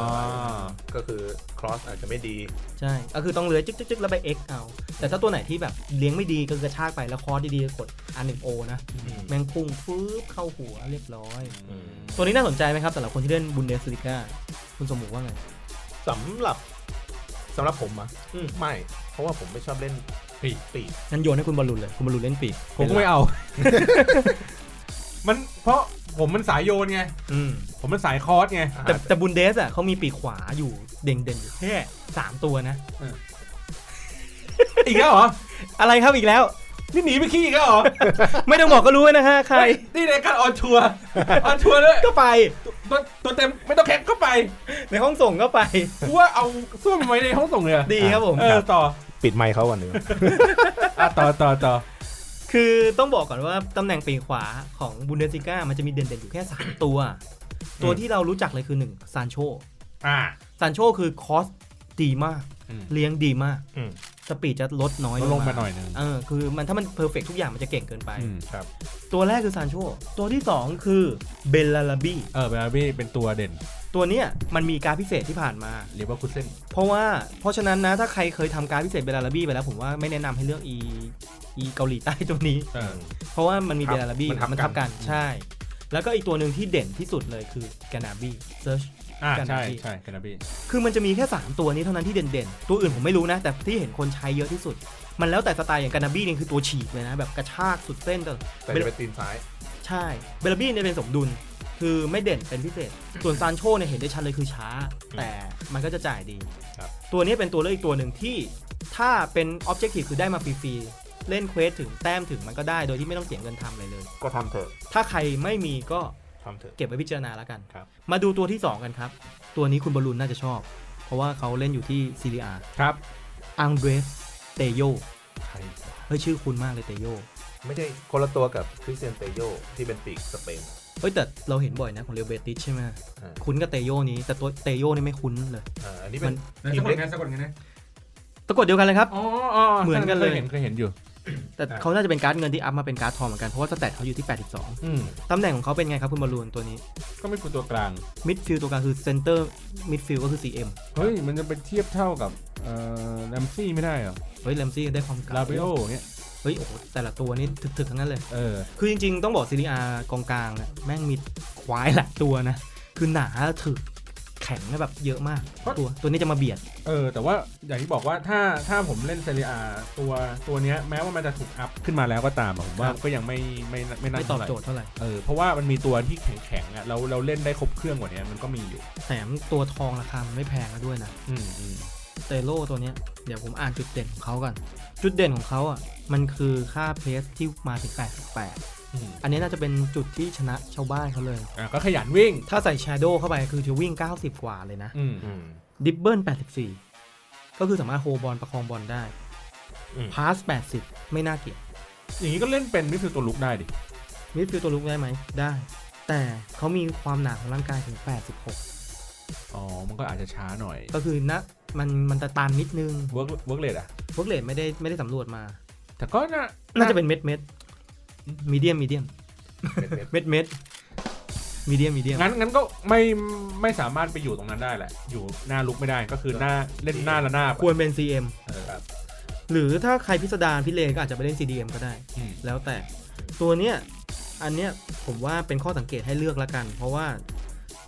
ก็คือครอสอาจจะไม่ดี ใช่ก็คือต้องเลื้อยจึ๊กๆๆแล้วไปเอ็กเอา แต่ถ้าตัวไหนที่แบบเลี้ยงไม่ดีก็กระชากไปแล้วคอร์สดีๆกด R1O นะ แมงพุ่งฟื้บเข้าหัวเรียบร้อย อืม ตัวนี้น่าสนใจไหมครับสำหรับคนที่เล่นบุนเดสลิก้าคุณสมหมูว่าไง สำหรับสำหรับผมอะ อืม ไม่ เพราะว่าผมไม่ชอบเล่นปีกปีก งั้นโยนให้คุณบอลลูนเลย คุณบอลลูนเล่นปีก ผมก็ไม่เอา มันเพราะผมมันสายโยนไง อืม ผมมันสายคอร์สไง อาจ แต่แต่บุนเดสอ่ะเขามีปีกขวาอยู่เด่นๆอยู่แค่สามตัวนะ อีกแล้วเหรอ อะไรครับอีกแล้ว นี่หนีไปขี้อีกแล้วเหรอ ไม่ต้องบอกก็รู้นะฮะใคร นี่ในการออนทัวร์ออนทัวร์เลย ก็ไป ตัวตัวเต็มไม่ต้องแข็งเข้าไป ในห้องส่งก็ไป กูว่าเอาส้วมไว้ในห้องส่งเลยอะ ดีครับผม เออต่อ ปิดไมค์เขาก่อนหนึ่ง อ่ะต่อต่อต่อ คือต้องบอกก่อนว่าตำแหน่งปีกขวาของบุนเดสลิก้ามันจะมีเด่นๆอยู่แค่ 3 ตัว ตัว อืม ที่เรารู้จักเลยคือ1ซานโช อ่า ซานโชคือคอสดีมาก อืม เลี้ยงดีมาก อืม สปีดจะลดน้อย เราลงมาหน่อยหนึง เออคือมันถ้ามันเพอร์เฟกทุกอย่างมันจะเก่งเกินไป อืม ครับ ตัวแรกคือซานโชตัวที่ 2 คือเบลลาลาบี เออเบลลาบี้เป็นตัวเด่น ตัวเนี้ยมันมีการดพิเศษที่ผ่านมา เรียกว่าคุเส้น เพราะว่าเพราะฉะนั้นนะถ้าใครเคยทำการดพิเศษเบลลาลาบีไปแล้วผมว่าไม่แนะนำให้เลือกอีอีเกาหลีใต้ตัวนี้ เออ เพราะว่ามันมี ทั เบบ ลลาบี้ มันทับ มันทับกัน กัน ใช่ แล้วก็อีกตัวหนึ่งที่เด่นที่สุดเลยคือกานาบี้เซิร์ช อ่า กัน ใช่ นะพี่ ใช่กันนะพี่ คือมันจะมีแค่ 3 ตัวนี้เท่านั้นที่เด่นๆ ตัวอื่นผมไม่รู้นะ แต่ที่เห็นคนใช้เยอะที่สุด มันแล้วแต่สไตล์อย่างกานาบี้เนี่ยคือตัวฉีกเลยนะ แบบกระชากสุดเส้นแต่ แต่จะเป็นตีนซ้าย ใช่ เบลลาบี้เนี่ยเป็นสมดุล คือไม่เด่นเป็นพิเศษ ส่วนซานโชเนี่ยเห็นได้ชัดเลยคือช้า แต่มันก็จะจ่ายดี ครับ ตัวนี้เป็นตัวเลือกอีกตัวหนึ่งที่ ถ้าเป็นออบเจกตีฟคือได้มาฟรีๆ เล่นเควสถึงแต้มถึงมันก็ได้โดยที่ไม่ต้องเสียเงินทำเลยเลย ก็ทำเถอะ ถ้าใครไม่มีก็ ทำเถอะ เก็บไว้พิจารณาแล้วกัน ครับ มาดูตัวที่ 2 กันครับ ตัวนี้คุณบอลลูนน่าจะชอบ เพราะว่าเขาเล่นอยู่ที่ซีเรีย ครับ อังเดรสเตโย ใคร เฮ้ยชื่อคุณมากเลยเตโย ไม่ได้คนละตัวกับคริสเตียนเตโยที่เป็นปีกสเปน เฮ้ยแต่เราเห็นบ่อยนะของเรอัลเบติสใช่ไหม อ่า คุ้นกับเตโยนี้แต่ตัวเตโยนี่ไม่คุ้นเลย อ่าอันนี้เป็น แล้วสะกดไงสะกดไงนะ ตะกดเดียวกันเลยครับ อ๋ออ๋อ เหมือนกันเลย คเห็นเคยเห็นอยู่ แต่ อ่า เขาน่าจะเป็นการ์ดเงินที่อัพมาเป็นการ์ดทองเหมือนกัน เพราะว่าสแตทเขาอยู่ที่ อืม 82 ตำแหน่งของเขาเป็นไงครับคุณบอลลูนตัวนี้ ก็ไม่คือตัวกลาง มิดฟิลตัวกลางคือเซนเตอร์มิดฟิลก็คือ CM เฮ้ย มันจะไปเทียบเท่ากับเอ่อแรมซี่ไม่ได้เหรอ เฮ้ยแลมซี่ได้ความเก่า ลาเบโอเนี่ย เฮ้ยโอ้โหแต่ละตัวนี่ถึกๆทั้งนั้นเลย เออ คือจริงๆ ต้องบอกซีรีอากองกลางเนี่ยแม่งมีควายหลายตัวนะ คือหนาถึกแข็งแบบเยอะมาก เพราะ ตัวตัวนี้จะมาเบียด เออ แต่ว่าอย่างที่บอกว่าถ้าถ้าผมเล่นเซเรียตัวตัวเนี้ยแม้ว่ามันจะถูกอัพขึ้นมาแล้วก็ตามอะผมว่า ครับ ก็ยังไม่ไม่ไม่น่า ไม่ตอบ เท่าไหร่ โจทย์เท่าไหร่ เออเพราะว่ามันมีตัวที่แข็งแข็งๆอ่ะเราเราเล่นได้ครบเครื่องกว่านี้มันก็มีอยู่ แถมตัวทองราคามันไม่แพงแล้วด้วยนะ อืมอืม เตโลตัวเนี้ยเดี๋ยวผมอ่านจุดเด่นของเขาก่อน จุดเด่นของเขาอ่ะ มันคือค่าเพสที่มาถึง 88 อืม อันนี้น่าจะเป็นจุดที่ชนะชาวบ้านเขาเลย อ่ะก็ขยันวิ่ง ถ้าใส่ Shadow เข้าไปคือจะวิ่ง 90 กว่าเลยนะ อืม อืม ดิบเบิล84 ก็คือสามารถโฮบอลประคองบอลได้ อืม พาส80 ไม่น่าเกลียด อย่างนี้ก็เล่นเป็นมิดฟิลด์ตัวลุกได้ดิ มิดฟิลด์ตัวลุกได้ไหม ได้ แต่เขามีความหนาของร่างกายถึง 86 อ๋อมันก็อาจจะช้าหน่อย ก็คือนะมันมันตะตานนิดนึง เวิร์กเวิร์กเลอ่ะ พวกเลดไม่ได้ไม่ได้สำรวจมา แต่ก็น่า น่าจะเป็นเม็ดเม็ดมีเดียมมีเดียม เป็นเป็น เม็ดเม็ดมีเดียมมีเดียม งั้นงั้นก็ไม่ไม่สามารถไปอยู่ตรงนั้นได้แหละ อยู่หน้าลุกไม่ได้ก็คือหน้าเล่นหน้าละหน้าบ ควรเป็น CM เออ ครับ หรือถ้าใครพิสดารพิเรนก็อาจจะไปเล่น CDM ก็ได้ อืม แล้วแต่ตัวเนี้ยอันเนี้ยผมว่าเป็นข้อสังเกตให้เลือกละกัน เพราะว่า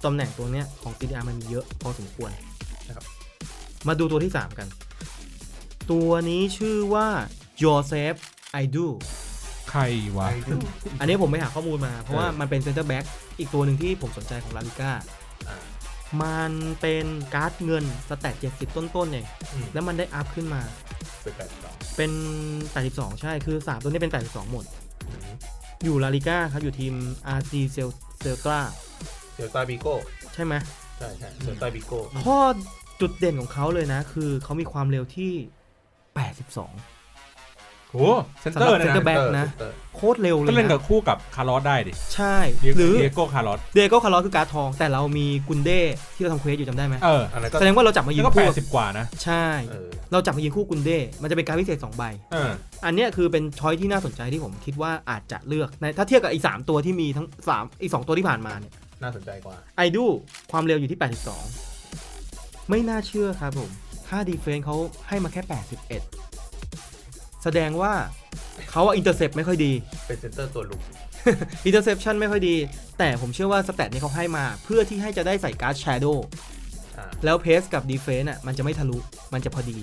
ตำแหน่งตัวเนี้ยของ CDR มันมีเยอะพอสมควร นะครับ มาดูตัวที่ 3 กัน ตัวนี้ชื่อว่า Joseph I do ใครวะ อันนี้ผมไปหาข้อมูลมา เพราะว่า เออ มันเป็นเซนเตอร์แบ็กอีกตัวหนึ่งที่ผมสนใจของลาลิก้า อ่า มันเป็นการ์ดเงินสแตท70 ต้นๆเอง อืม แล้วมันได้อัพขึ้นมา เป็นแปดสอง เป็น 82 ใช่ คือ 3 ตัวนี้เป็น 82 หมด อยู่ลาลิก้าครับ อยู่ทีม RC เซลเซลตรา เซลตาบิโก้ ใช่ไหม ใช่ใช่เซลตาบิโก้ ข้อจุดเด่นของเขาเลยนะ คือเขามีความเร็วที่ 82 โห โอ้เซนเตอร์เนี่ย สำหรับเซ็นเตอร์แบ็ นะ ค นะ โคตรเร็วเลย ก็เล่นกับ ะ คู่กับคาร์ลอสได้ดิ ใช่ห หรื รืออ เดียโก้คาร์ลอส เดโก้คาร์ลอสคือการดทองแต่เรามีกุนเด้ที่เราทำเควสอยู่จำได้ไหม เออ อันนั้นก็ แสดงว่าเราจับมายิ แล้ ง วก็แป คู่ ดสิบกว่านะ ใช่ เออ เราจับมายิงคู่กุนเด้มันจะเป็นการดพิเศษสองใบ เออ อันเนี้ยคือเป็นช้อยที่น่าสนใจที่ผมคิดว่าอาจจะเลือกในถ้าเทียบกับอีกสามตัวที่มีทั้งสามอีกสองตัวที่ผ่านมาเนี่ย น่าสนใจกว่า ไอดูความเร็วอยู่ที่ 82 ไม่น่าเชื่อครับผมค่าดีเฟนเขาให้มาแค่ 81 แสดงว่าเขาอินเตอร์เซปไม่ค่อยดี เป็นเซนเตอร์ตัวลุก อินเตอร์เซปชันไม่ค่อยดี แต่ผมเชื่อว่าสแตทนี้เขาให้มา เพื่อที่ให้จะได้ใส่การ์ดแชโดว์ อ่า แล้วเพสกับดีเฟนอ่ะมันจะไม่ทะลุ มันจะพอดี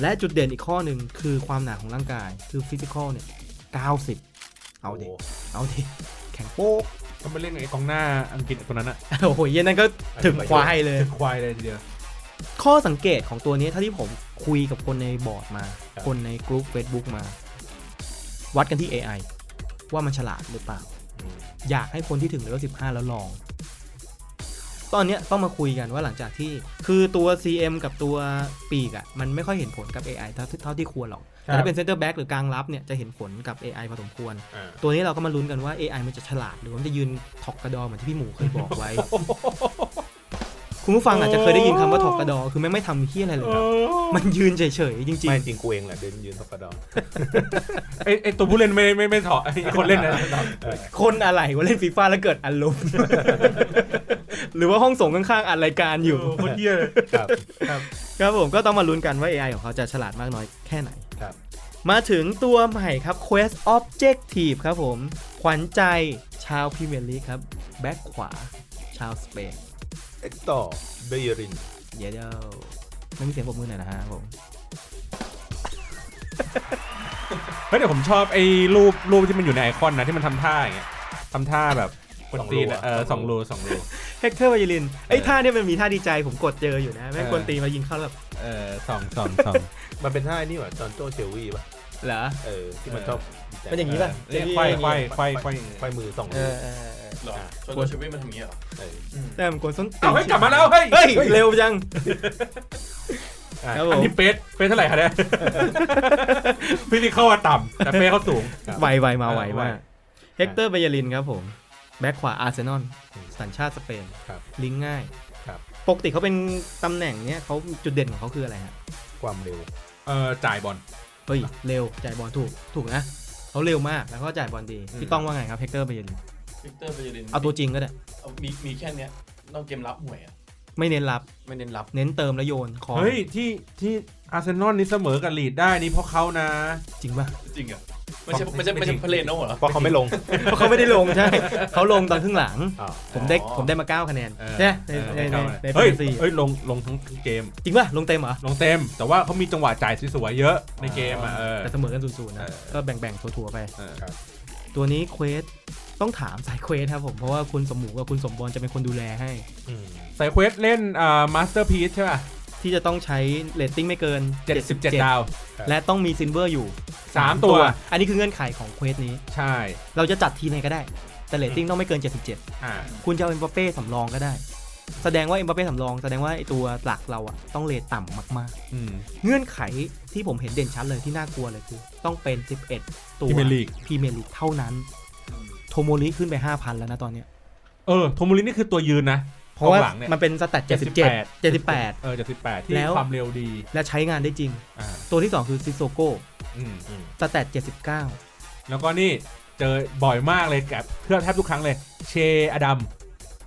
และจุดเด่นอีกข้อหนึ่งคือความหนาของร่างกายคือฟิสิกอลเนี่ย 90 เอาดิ เอาดิ แข็งโป๊ก ก็ไปเล่นไอ้กองหน้าอังกฤษคนนั้นอะ โอ้โหเย็นนั้นก็ถึงควายเลย ถึงควายเลยทีเดียว ข้อสังเกตของตัวนี้ถ้าที่ผมคุยกับคนในบอร์ดมา ครับ คนในกลุ่ม Facebook มา วัดกันที่ AI ว่ามันฉลาดหรือเปล่า อยากให้คนที่ถึงเลเวล15 แล้วลอง ตอนเนี้ยต้องมาคุยกันว่าหลังจากที่ คือตัว CM กับตัวปีกอะ่ะ มันไม่ค่อยเห็นผลกับ AI เท่าเท่าที่ควรหรอก แต่ถ้าเป็นเซนเตอร์แบ็กหรือกลางรับเนี่ยจะเห็นผลกับ AI พอสมควร ตัวนี้เราก็มาลุ้นกันว่า AI มันจะฉลาดหรือว่ามันจะยืนถอกกระดอเหมือนที่พี่หมูเคยบอกไว้ คุณผู้ฟังอาจจะเคยได้ยินคำว่าถอกกระดอ คือไม่งไม่ทำเฮี้ยอะไรเลยครับ มันยืนเฉยๆจริง ไม่จริงกูเองแหละเดินยืนตกกระดอน ไอไอตัวผู้เล่นไม่ไม่ไม่ถอดไอคนเล่นนะ ๆ คนอะไรว่าเล่นฟีฟ่าแล้วเกิดอารมณ์ หรือว่าห้องส่งข้างๆอัดรายการอยู่ โคตรเยี่ยเลย ครับ ครับผมก็ต้องมาลุ้นกันว่า AI ของเขาจะฉลาดมากน้อยแค่ไหน ครับ มาถึงตัวใหม่ครับ Quest Objective ครับผม ขวัญใจชาวพรีเมียร์ลีกครับ แบ็คขวา ชาวสเปน เอ็กต่อเบยริน เดี๋ยวเดี๋ยวไม่มีเสียงปรบมือหน่อยนะฮะผม เฮ้ยแต่ผมชอบไอ้รูปรูปที่มันอยู่ในไอคอนนะที่มันทำท่าอย่างเงี้ยทำท่าแบบคนตีนอะเออสองรูสองรู เฮกเตอร์วายลินไอ้ เออ ท่าเนี่ยมันมีท่าดีใจผมกดเจออยู่นะแม่ง เออ คนตีมายิงเข้าแบบ เออสองสองสอง มันเป็นท่าไอ้นี่หว่าจอนโจเชลวี่ป่ะ เหรอ เออ ที่มันชอบ มันอย่างนี้ป่ะ เรียกไขว้ไขว้ไขว้ไขว้ ไฟมือสอง เอ มือ อเออเออ หรอจนตัวชีวิตมันทำอย่างนี้เหรอ เออ อืม แต่มันกดส้นตีน เอาให้ยกลับมาแล้วเฮ้ย เฮ้ย เร็วจัง อ่ะ ครับผม อันนี้เป๊ะเป๊ะเท่าไหร่คะเนี่ย ฟิสิกอลต่ำแต่เป๊ะเขาสูง ครับ ไวไวมาเออไวไว มากเฮกเตอร์บายลินครับผม แบ็คขวาอาร์เซนอลสัญชาติสเปน ครับ ลิงก์ง่าย ครับ ปกติเขาเป็นตำแหน่งเนี้ยเขาจุดเด่นของเขาคืออะไรฮะ ความเร็ว เออจ่ายบอล เฮ้ย เร็ว จ่ายบอลถูก ถูกนะเขาเร็วมากแล้วก็จ่ายบอลดี อืม พี่ต้องว่าไงครับเฮกเตอร์บายลิน วิกเตอร์ไปยริน เอาตัวจริงก็ได้ เอามีมีแค่เนี้ยนอกเกมรับหวยอ่ะ ไม่เน้นรับ ไม่เน้นรับ เน้นเติมและโยนคอ เฮ้ยที่ที่อาร์เซนอลนี่เสมอกับลีดได้นี่เพราะเขานะ จริงป่ะ จริงเหรอ่ะไม่ใช่ไม่ใช่ไม่ใช่เพลนโน่เหรอ เพราะเขาไม่ลง เพราะเขาไม่ได้ลงใช่เขาลงตอนครึ่งหลัง อ๋อ ผมได้ อ๋อ ผมได้มา 9 คะแนน เออ ใช่ไหม เอ ใน อ ในใน เก้า ใน เฮ้ย ซี เฮ้ยลงลงทั้งเกม จริงป่ะ ลงเต็มเหรอ ลงเต็ม แต่ว่าเขามีจังหวะจ่ายสวยๆเยอะในเกมอ่ะเออ แต่เสมอกันศูนย์ศูนย์นะ เออ ก็แบ่งๆทัวๆไป เออ ตัวนี้เควสต้องถามสายเควสครับผม เพราะว่าคุณสมหมูกับคุณสมบอลจะเป็นคนดูแลให้ อืม สายเควสเล่นอ่ามาสเตอร์พีซใช่ป่ะ ที่จะต้องใช้เรตติ้งไม่เกิน 77 ดาว และต้องมีซินเวอร์อยู่ สามตัว อันนี้คือเงื่อนไขของเควสนี้ ใช่ เราจะจัดทีมไหนก็ได้ แต่เรตติ้งต้องไม่เกิน 77 อ่า คุณจะเอาเอ็มบัปเป้สำรองก็ได้ แสดงว่าเอ็มบัปเป้สำรองแสดงว่าไอ้ตัวหลักเราอะต้องเรตต่ำมากๆ อืม เงื่อนไขที่ผมเห็นเด่นชัดเลยที่น่ากลัวเลยคือ ต้องเป็น 11 ตัว Premier League พรีเมียร์ลีกเท่านั้น โทโมริขึ้นไป 5,000 แล้วนะตอนเนี้ย เออโทมูรินี่คือตัวยืนนะ เพราะว่า องหลังเนี่ย มันเป็นสแตท77 78 เออจาก18 ที่ แล้ว ความเร็วดี และใช้งานได้จริง อ่า ตัวที่ 2 คือซิโซโก อืม อืม สแตท79 แล้วก็นี่เจอบ่อยมากเลยกับเพื่อนแทบทุกครั้งเลย เชอดัม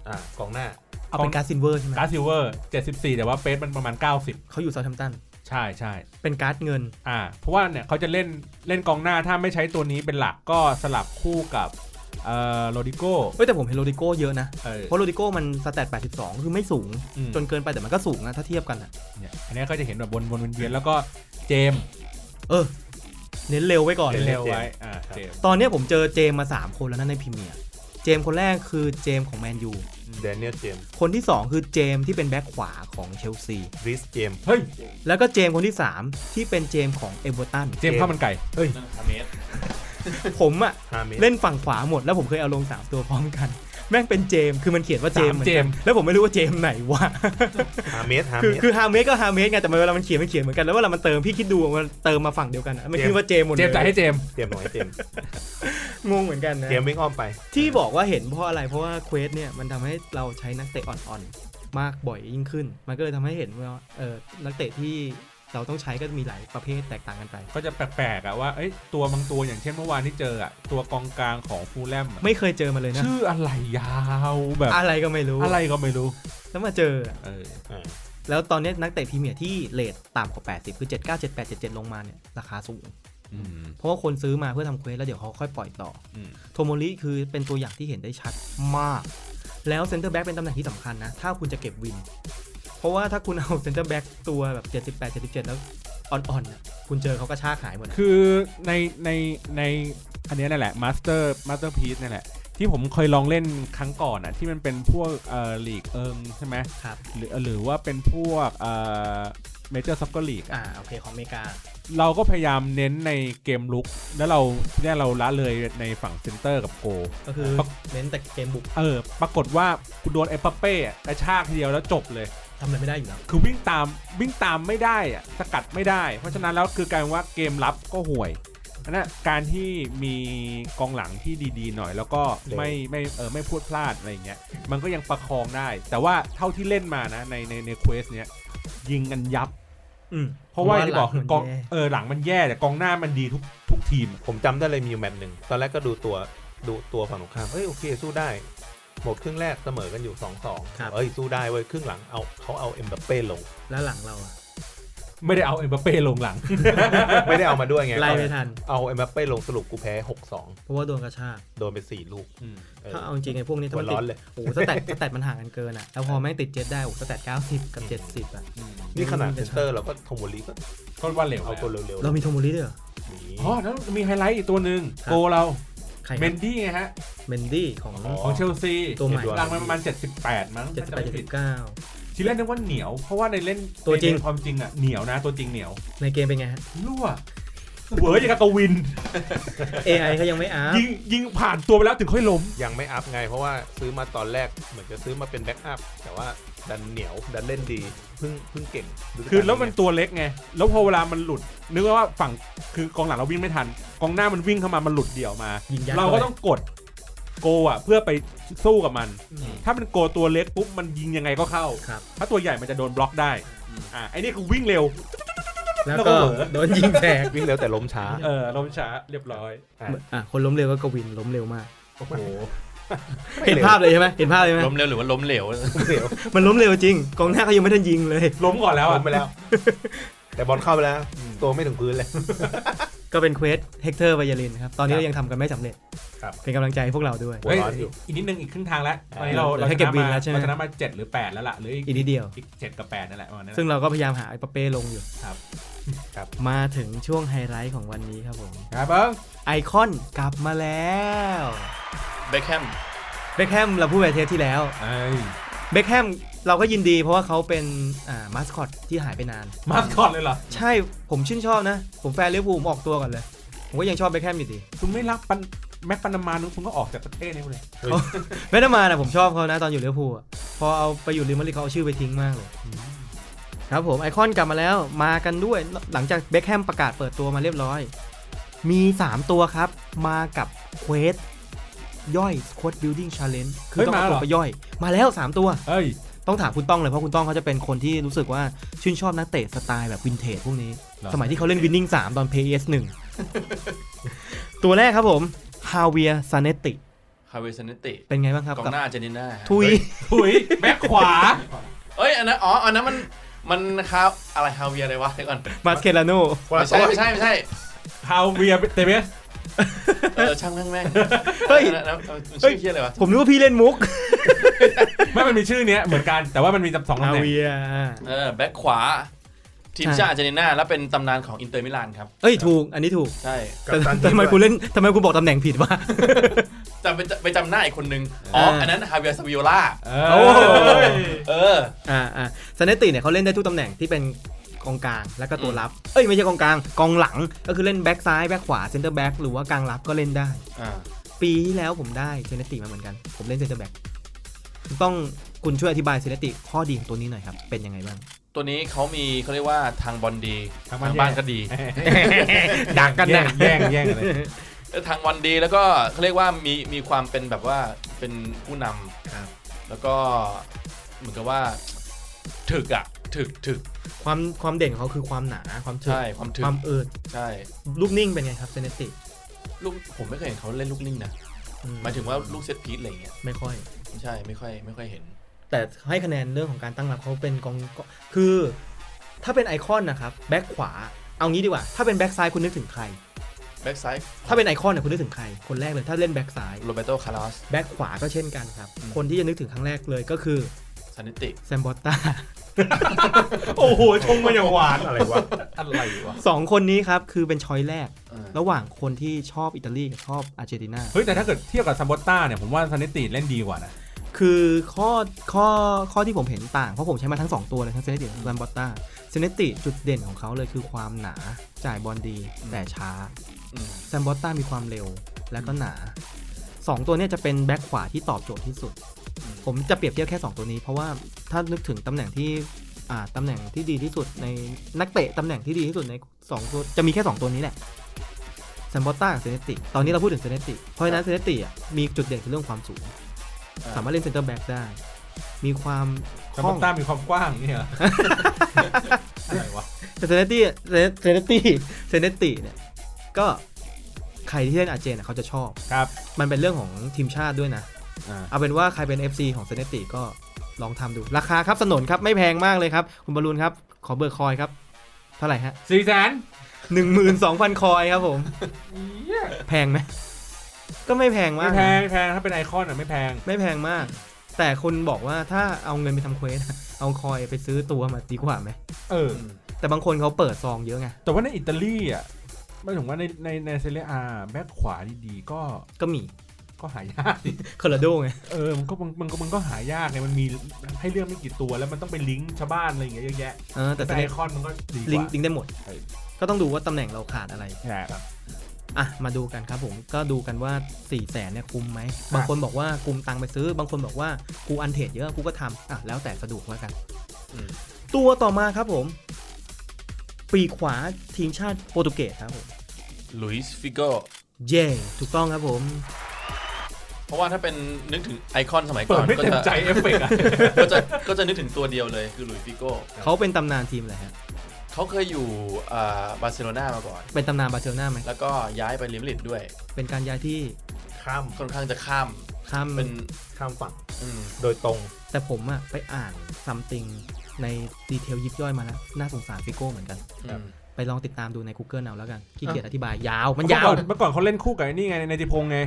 อ่ะกองหน้า เอาเป็ ขอน ง การ์ดซินเวอร์ใช่ไหม กาซิลเวอร์ 74 แต่ว่าเป๊สมันประมาณ 90 เขาอยู่เซาท์แฮมป์ตัน ใช่ใช่ เป็นการ์ดเงิน อ่า เพราะว่าเนี่ยเขาจะเล่นเล่นกองหน้าถ้าไม่ใช้ตัวนี้เป็นหลักก็สลับคู่กับเอ่อโรดิโก้ เฮ้ย แต่ผมเห็นโรดิโก้เยอะนะ เออ เพราะโรดิโก้มันสแตท82 คือไม่สูง อืม จนเกินไปแต่มันก็สูงนะถ้าเทียบกันอะ เนี่ยอันนี้ก็จะเห็นแบบวนวนๆเวียนๆแล้วก็เจมส์ เออ เน้นเร็วไว้ก่อน เร็วๆไว้อ่าเจมส์ ตอนเนี้ยผมเจอเจมส์มา 3 คนแล้วนะในพรีเมียร์เจมส์คนแรกคือเจมส์ของแมนยู แดเนียลเจมส์ คนที่ 2 คือเจมส์ที่เป็นแบ็คขวาของเชลซี ริสเจมส์ เฮ้ย แล้วก็เจมส์คนที่ 3 ที่เป็นเจมส์ของเอเวอร์ตัน เจมส์ข้าวมันไก่ นั่นอเมส ผมอะ ฮาเมส เล่นฝั่งขวาหมดแล้วผมเคยเอาลง 3 ตัวพร้อมกัน แม่งเป็นเจมส์คือมันเขียนว่าเจมส์ สามเจมส์ หอนกันแล้วผมไม่รู้ว่าเจมส์ไหนวะ หาเมตรหา คือ เมตร คือฮาเมสก็ฮาเมสไงแต่เวลามันเขียนมันเขียนเหมือนกันแล้วเวลามันเติมพี่คิดดูมันเติมมาฝั่งเดียวกันอะมัน เจมส์ คือว่าเจมส์หมด เจมเลส์จ่ายให้ ย เจมส์ เตรียมหน่อยเตรียม งงเหมือนกันนะ เตรียมวิ่งอ้อมไป ที่บอกว่าเห็นเพราะอะไรเพราะว่าเควสเนี่ยมันทำให้เราใช้นักเตะอ่อนๆมากบ่อยยิ่งขึ้น มันก็เลยทำให้เห็นว่าเออนักเตะที่เราต้องใช้ก็มีหลายประเภทแตกต่างกันไป ก็จะแปลกๆอะว่าเอ้ยตัวบางตัวอย่างเช่นเมื่อวานที่เจออะตัวกองกลางของฟูลแลมอะ ไม่เคยเจอมาเลยนะ ชื่ออะไรยาวแบบ อะไรก็ไม่รู้ อะไรก็ไม่รู้ แล้วมาเจออะ เออ แล้วตอนนี้นักเตะพรีเมียร์ที่เลทต่ำกว่า 80 คือ 79 78 77 ลงมาเนี่ยราคาสูง อืม เพราะว่าคนซื้อมาเพื่อทำเควสแล้วเดี๋ยวเขาค่อยปล่อยต่อ อืม โทโมริคือเป็นตัวอย่างที่เห็นได้ชัดมาก แล้วเซนเตอร์แบ็กเป็นตำแหน่งที่สำคัญนะ ถ้าคุณจะเก็บวิน เพราะว่าถ้าคุณเอาเซนเตอร์แบ็กตัวแบบ 78 77 แล้วอ่อนๆน่ะคุณเจอเขาก็ชากหายหมด คือในในในอันเนี้ยนั่นแหละมาสเตอร์มาสเตอร์พีซนั่นแหละ ที่ผมเคยลองเล่นครั้งก่อนอ่ะ ที่มันเป็นพวกเอ่อลีกเอิงใช่ไหม ครับ หรือหรือว่าเป็นพวกเอ่อเมเจอร์ซ็อกเกอร์ลีก อ่าโอเคของอเมริกา เราก็พยายามเน้นในเกมลุก แล้วเราเนี่ยเราละเลยในฝั่งเซนเตอร์กับโก ก็คือ ครับ เน้นแต่เกมบุก เออ ปรากฏว่าคุณโดนเอปเป้กระชากทีเดียวแล้วจบเลย ทำอะไรไม่ได้อยู่แล้ว คือวิ่งตามวิ่งตามไม่ได้อะสกัดไม่ได้ เพราะฉะนั้นแล้วคือกลารว่าเกมรับก็ห่วยอันนั้นการที่มีกองหลังที่ดีๆหน่อย แล้วก็ เร็ว ไม่ไม่เออไม่พูดพลาดอะไรอย่างเงี้ยมันก็ยังประคองได้ แต่ว่าเท่าที่เล่นมานะในในในเควสเนี้ยยิงกันยับ อืม เพราะว่าอย่างที่บอก เพราะว่าหลังมัน กอง แย่ เออหลังมันแย่แต่กองหน้ามันดีทุกทุกทีม ผมจำได้เลยมีอยู่แมตช์หนึ่ง ตอนแรกก็ดูตัวดูตัวฝั่งตรงข้ามเอ้ยโอเคสู้ได้ หมดครึ่งแรกเสมอกันอยู่2อสอง ครับ เอ้ยสู้ได้เว้ยครึ่งหลังเอาเขาเอาเอ็มบัปเป้ลง แล้วหลังเราอะ ไม่ได้เอาเอ็มบัปเป้ลงหลัง ไม่ได้เอามาด้วยไง ไล่ไม่ทัน เอาเอ็มบัปเป้ลงสรุปกูแพ้ 6 เพราะว่าโดนกระชาก 2 โดนไป 4 ลูกเออ ถ้าเอาจริงๆไอ้พวกนี้ถ้ามันหัวติร้อ ด นเลย โอ้โหสแตทสแตทมันห่างกันเกินอ่ะแล้วพอแม่งติดเจ็ดได้โอ้โหสแตท90 กับ 70อ่ะ นี่ขนาด มัน เซ จะ นเตอร์เราก็โทโมริก็ ก็ว่าเร็ว เอาตัวเร็วๆ เรามีโทโมริด้วยเหรอ นี้ อ๋อแล้วมีไฮไลท์อีกตัวหนึ่ง ครับ โกเรา ใครค เม รับ นดี้ไงฮะ เมนดี้ของ ของเชลซี ตัวใหม่ หลังมันประมาณ78 มั้งถ้าจำไม่ผิด 78 79 ทีแรกนึกว่าเหนียว เพราะว่าในเล่น ตัวจริง ในความจริงอะเหนียวนะ ตัวจริงเหนียว ในเกมเป็นไงฮะ รั่วเหวออย่างกับกวิน AI เขายังไม่อัพ ยิงยิงผ่านตัวไปแล้วถึงค่อยล้ม ยังไม่อัพไง เพราะว่าซื้อมาตอนแรกเหมือนจะซื้อมาเป็นแบ็กอัพแต่ว่าดันเหนียวดันเล่นดีเพิ่งเพิ่งเก่งฤดูกา คือแล้วมันตัวเล็กไง แล้วพอเวลามันหลุด นึกว่าฝั่งคือกองหลังเราวิ่งไม่ทัน กองหน้ามันวิ่งเข้ามามันหลุดเดี่ยวมา ยิงยัด เราก็ต้องกดโกอะเพื่อไปสู้กับมัน อืม ถ้ามันโกตัวเล็กปุ๊บมันยิงยังไงก็เข้า ครับ ถ้าตัวใหญ่มันจะโดนบล็อกได้ อืม อ่าไอ้นี่คือวิ่งเร็ว แล้ว แล้วก็ ก็ เหวอ โดนยิงแตก วิ่งเร็วแต่ล้ มช้า เออล้มช้าเรียบร้อย อ่ะคนล้มเร็วก็กวินล้มเร็วมาก โอ้โห เห็นภาพเลยใช่ไหมเห็นภาพเลยไหม ล้มเร็วหรือว่าล้มเหลว เร็ว มันล้มเร็วจริงกองหน้าเขายังไม่ทันยิงเลย ล้มก่อนแล้ว ล้ อะ มไปแล้ว แต่บอลเข้าไปแล้ว อืม ตัวไม่ถึงพื้นเลย ก็เป็นเควสเฮกเตอร์ไวายาลินครับ ตอนนี้ก็ยังทำกันไม่สำเร็จ ครับ เป็นกำลังใจให้พวกเราด้วย หัว เฮ้ย ร้อนอยู่ อีกนิดนึงอีกครึ่งทางแล้วตอนนี้เรา เออ เรา ให้ ช เก็บ นะ วิน มา แล้วใช่ไหม เราชนะมาเจ็ดหรือแปดแล้วล่ะเหรืออีก อีกนิดเดียว อีกเจ็ดกับแปดนั่นแหละประมาณนั้นแหละ ซึ่งเราก็พยายามหาไอ้ปะเป้ลงอยู่ ครับ ครับ มาถึงช่วงไฮไลท์ของวันนี้ครับผม ครับเบิ้ง ไอคอนกลับมาแล้ว เบคแฮม เบคแฮมเราพูดไปเทปที่แล้ว ไอ้ เบคแฮมเราก็ยินดีเพราะว่าเขาเป็นอ่ามาสคอตที่หายไปนาน มาสคอตเลยเหรอ ใช่ผมชื่นชอบนะ ผมแฟนลิเวอร์พูลผมออกตัวก่อนเลย ผมก็ยังชอบเบคแฮมอยู่ดี คุณไม่รักปันแม็กปันนามานุคุณก็ออกจากประเทศนี้ไปเลย เวทมานะผมชอบเขานะตอนอยู่ลิเวอร์พูลอะพอเอาไปอยู่ลิเวอร์พูลเขาเอาชื่อไปทิ้งมากเลย ครับผมไอคอนกลับมาแล้วมากันด้วยหลังจากเบคแฮมประกาศเปิดตัวมาเรียบร้อย มี 3 ตัวครับ มากับเควสย่อยโค้ดบิ l ดิ้งชาเลนจ์คือต้องเอา เฮ้ยมาเหร ตั อ วไปย่อย มาแล้ว 3 ตัว เอ้ย ต้องถามคุณต้องเลยเพราะคุณต้องเขาจะเป็นคนที่รู้สึกว่าชื่นชอบนักเตะสไตล์แบบวินเทจพวกนี้ หรอ สมัยที่เขาเล่นวินนิ่ง3 ตอนเพย์เอสหนึ่ง ตัวแรกครับผมฮาเวียซานเนติ คาเวซันเตะ เป็นไงบ้างครับ กอง กับ หน้าอาร์เจนิน่า ทุย ถุยแบ็คขวา เอ้ยอันนั้นอ๋ออันนั้นมันมันครับอะไรฮาเวียอะไรวะเดี๋ยวก่อน มาสเคลาโน ไม่ใช่ไม่ใช่ไม่ใช่ ฮาวเวียเตเมส เออช่างแม่งแม่ง เฮ้ย อันนั้นอันนั้นมันชื่อเฮียอะไรวะ ผมนึกว่าพี่เล่นมุก ไม่มันมีชื่อเนี้ยเหมือนกัน แต่ว่ามันมีจำสองตำ ฮา แหน่ง เวีย เออแบ็คขวา ทีม ใช่ ชาติอาร์เจนตินาและเป็นตำนานของอินเตอร์มิลานครับ เอ้ย ถูก อันนี้ถูก ใช่ แต่แต่ทำไมกูเล่นทำไมกูบอกตำแหน่งผิดวะ จำไปไปจำหน้าอีกคนนึง อ๋อ อ่า อันนั้นฮาเวียร์ซาวิโอล่า เอ โอ้โห อ เออ อ่าอ่าซานเนติเนี่ยเขาเล่นได้ทุกตำแหน่งที่เป็นกองกลางแล้วก็ตัวรับ เอ้ยไม่ใช่กองกลางกองหลังก็คือเล่นแบ็กซ้ายแบ็กขวาเซนเตอร์แบ็กหรือว่ากลางรับก็เล่นได้ อ่า ปีที่แล้วผมได้เซเนติมาเหมือนกัน ผมเล่นเซนเตอร์แบ็กต้องคุณช่วยอธิบายเซเนติข้อดีของตัวนี้หน่อยครับ เป็นยังไงบ้าง ตัวนี้เขามีเขาเรียกว่าทางบอลดี ทาง ทา บ้าน งบ้านก็ดี ดักกัน แย่ นะ งแย่งแย่งอะไร เออทางบอลดีแล้วก็เขาเรียกว่ามีมีความเป็นแบบว่าเป็นผู้นำ ครับ แล้วก็เหมือนกับว่า ถึกอ่ะ ถึกถึก ความความเด่นของเขาคือความหนาความถึก ใช่ความถึ ค ก วามเอิญ ใช่ ลูกนิ่งเป็นไงครับเซเนติ ลูกผมไม่เคยเห็นเขาเล่นลูกนิ่งนะหมายถึงว่าลูกเซตพีซอะไรอย่างเงี้ย ไม่ค่อย ไม่ใช่ไม่ค่อย ไม่ค่อยเห็น แต่ให้คะแนนเรื่องของการตั้งรับเขาเป็นกองกองคือถ้าเป็นไอคอนนะครับแบ็คขวาเอางี้ดีกว่า ถ้าเป็นแบ็คซ้ายคุณนึกถึงใคร แบ็กไซด์ ถ้าเป็นไอคอนเนี่ยคุณนึกถึงใคร คนแรกเลยถ้าเล่นแบ็คซ้าย โรเบโตคาร์ลอส แบ็คขวาก็เช่นกันครับ อืม คนที่จะนึกถึงครั้งแรกเลยก็คือ ซันนิติ แซมบอต ตา โอ้โหชงมาอย่างหวานอะไรวะ อะไรวะ สองคนนี้ครับ คือเป็นช้อยแรก เออ ระหว่างคนที่ชอบอิตาลีกับชอบอาร์เจนตินา เฮ้ยแต่ถ้าเกิดเทียบกับซัมบอตต้าเนี่ยผมว่าซันนิติเล่นดีกว่านะ คือข้อข้อข้อที่ผมเห็นต่าง เพราะผมใช้มาทั้ง 2 ตัวเลยทั้งเซเนติและแลมบอตตาเซเนติจุดเด่นของเขาเลยคือความหนาจ่ายบอลดีแต่ช้า อืม แซมบอตต้ามีความเร็วและก็หนา 2 ตัวเนี้จะเป็นแบ็คขวาที่ตอบโจทย์ที่สุด อืม ผมจะเปรียบเทียบแค่ 2 ตัวนี้ เพราะว่าถ้านึกถึงตำแหน่งที่อ่าตำแหน่งที่ดีที่สุดในนักเตะตำแหน่งที่ดีที่สุดในสองตัวจะมีแค่ 2 ตัวนี้แหละแซมบอตต้ากับเซเนติตอนนี้เราพูดถึงเซเนติเพราะฉะนั้นเซเนติอ่ะมีจุดเด่นคือเรื่องความสูง อ่า สามารถเล่นเซนเตอร์แบ็กได้ มีความค ซัม ล่ บออง ตต้ามีความกว้างนี่เหรอ อะไรวะ แต่เซเนตี้เซเน ตี้เซเนตี้เนี่ยก็ใครที่เล่นอาร์เจนอ่ะเขาจะชอบ ครับ มันเป็นเรื่องของทีมชาติด้วยนะ อ่า เอาเป็นว่าใครเป็น FC ของเซเนติก็ลองทำดู ราคาครับสนนครับ ไม่แพงมากเลยครับ คุณบอลลูนครับ ขอเบอร์คอยครับ เท่าไหร่ฮะ สี่แสน 12,000 คอยครับผม แพงไหม ก็ไม่แพงมา ไม่แพงกนะไม่แพงถ้าเป็นไอคอนอ่ะไม่แพง ไม่แพงมาก แต่คุณบอกว่าถ้าเอาเงินไปทำเควส เอาคอยไปซื้อตัวมาดีกว่าไหม เออ อืม แต่บางคนเขาเปิดซองเยอะไง แต่ว่าในอิตาลีอ่ะไม่ถึงว่าในในในเซเรียอาแบ็คขวาดีๆก็ ก็มี ก็หายากดิ คอร์โดไง เออมันก็มันมันก็มันก็หายากไงมันมีให้เลือกไม่กี่ตัวแล้วมันต้องไปลิงก์ชาวบ้านอะไรอย่างเงี้ยเยอะแยะ เออ แต่ แต่ เซ ไอ เน คอนมันก็ดีก ลิง ว่า ลิงได้หมด ใช่ ก็ต้องดูว่าตำแหน่งเราขาดอะไร ใช่ครับ อ่ะมาดูกันครับผมก็ดูกันว่า4ี่แสนเนี่ยคุ้มไหม บางคนบอกว่ากุมตังค์ไปซื้อ บางคนบอกว่ากูอันเทรดเยอะกูก็ทำอ่ะแล้วแต่สะดวกแล้วกัน อืม ตัวต่อมาครับผม ปีกขวาทีมชาติโปรตุเกสครับผม หลุยส์ฟิโก เย่ถูกต้องครับผม เพราะว่าถ้าเป็นนึกถึงไอคอนสมัย เปิ ก่ ด อน ไม่ ก็ เต็ม จะ ใจเอฟเฟกต์อ่ะ ก็จะก็จะนึกถึงตัวเดียวเลยคือหลุยส์ฟิโก้ เขาเป็นตำนานทีมอะไรฮะ เขาเคยอยู่อ่าบาร์เซโลนามาก่อน เป็นตำนานบาร์เซโลนาไหม แล้วก็ย้ายไปลิมลิดด้วย เป็นการย้ายที่ ข้าม ค่อนข้างจะข้าม ข้าม เป็น ข้ามฝั่ง อืม โดยตรง แต่ผมอะไปอ่านซัมติงในดีเทลยิบย่อยมาแล้ว น่าสงสารฟิโก้เหมือนกัน อืม ไปลองติดตามดูใน Google เอาแล้วกันขี้เกียจอธิบายยาวมันยาว เมื่อก่อนเขาเล่นคู่กับไอ้นี่ไงในติพงษ์ไง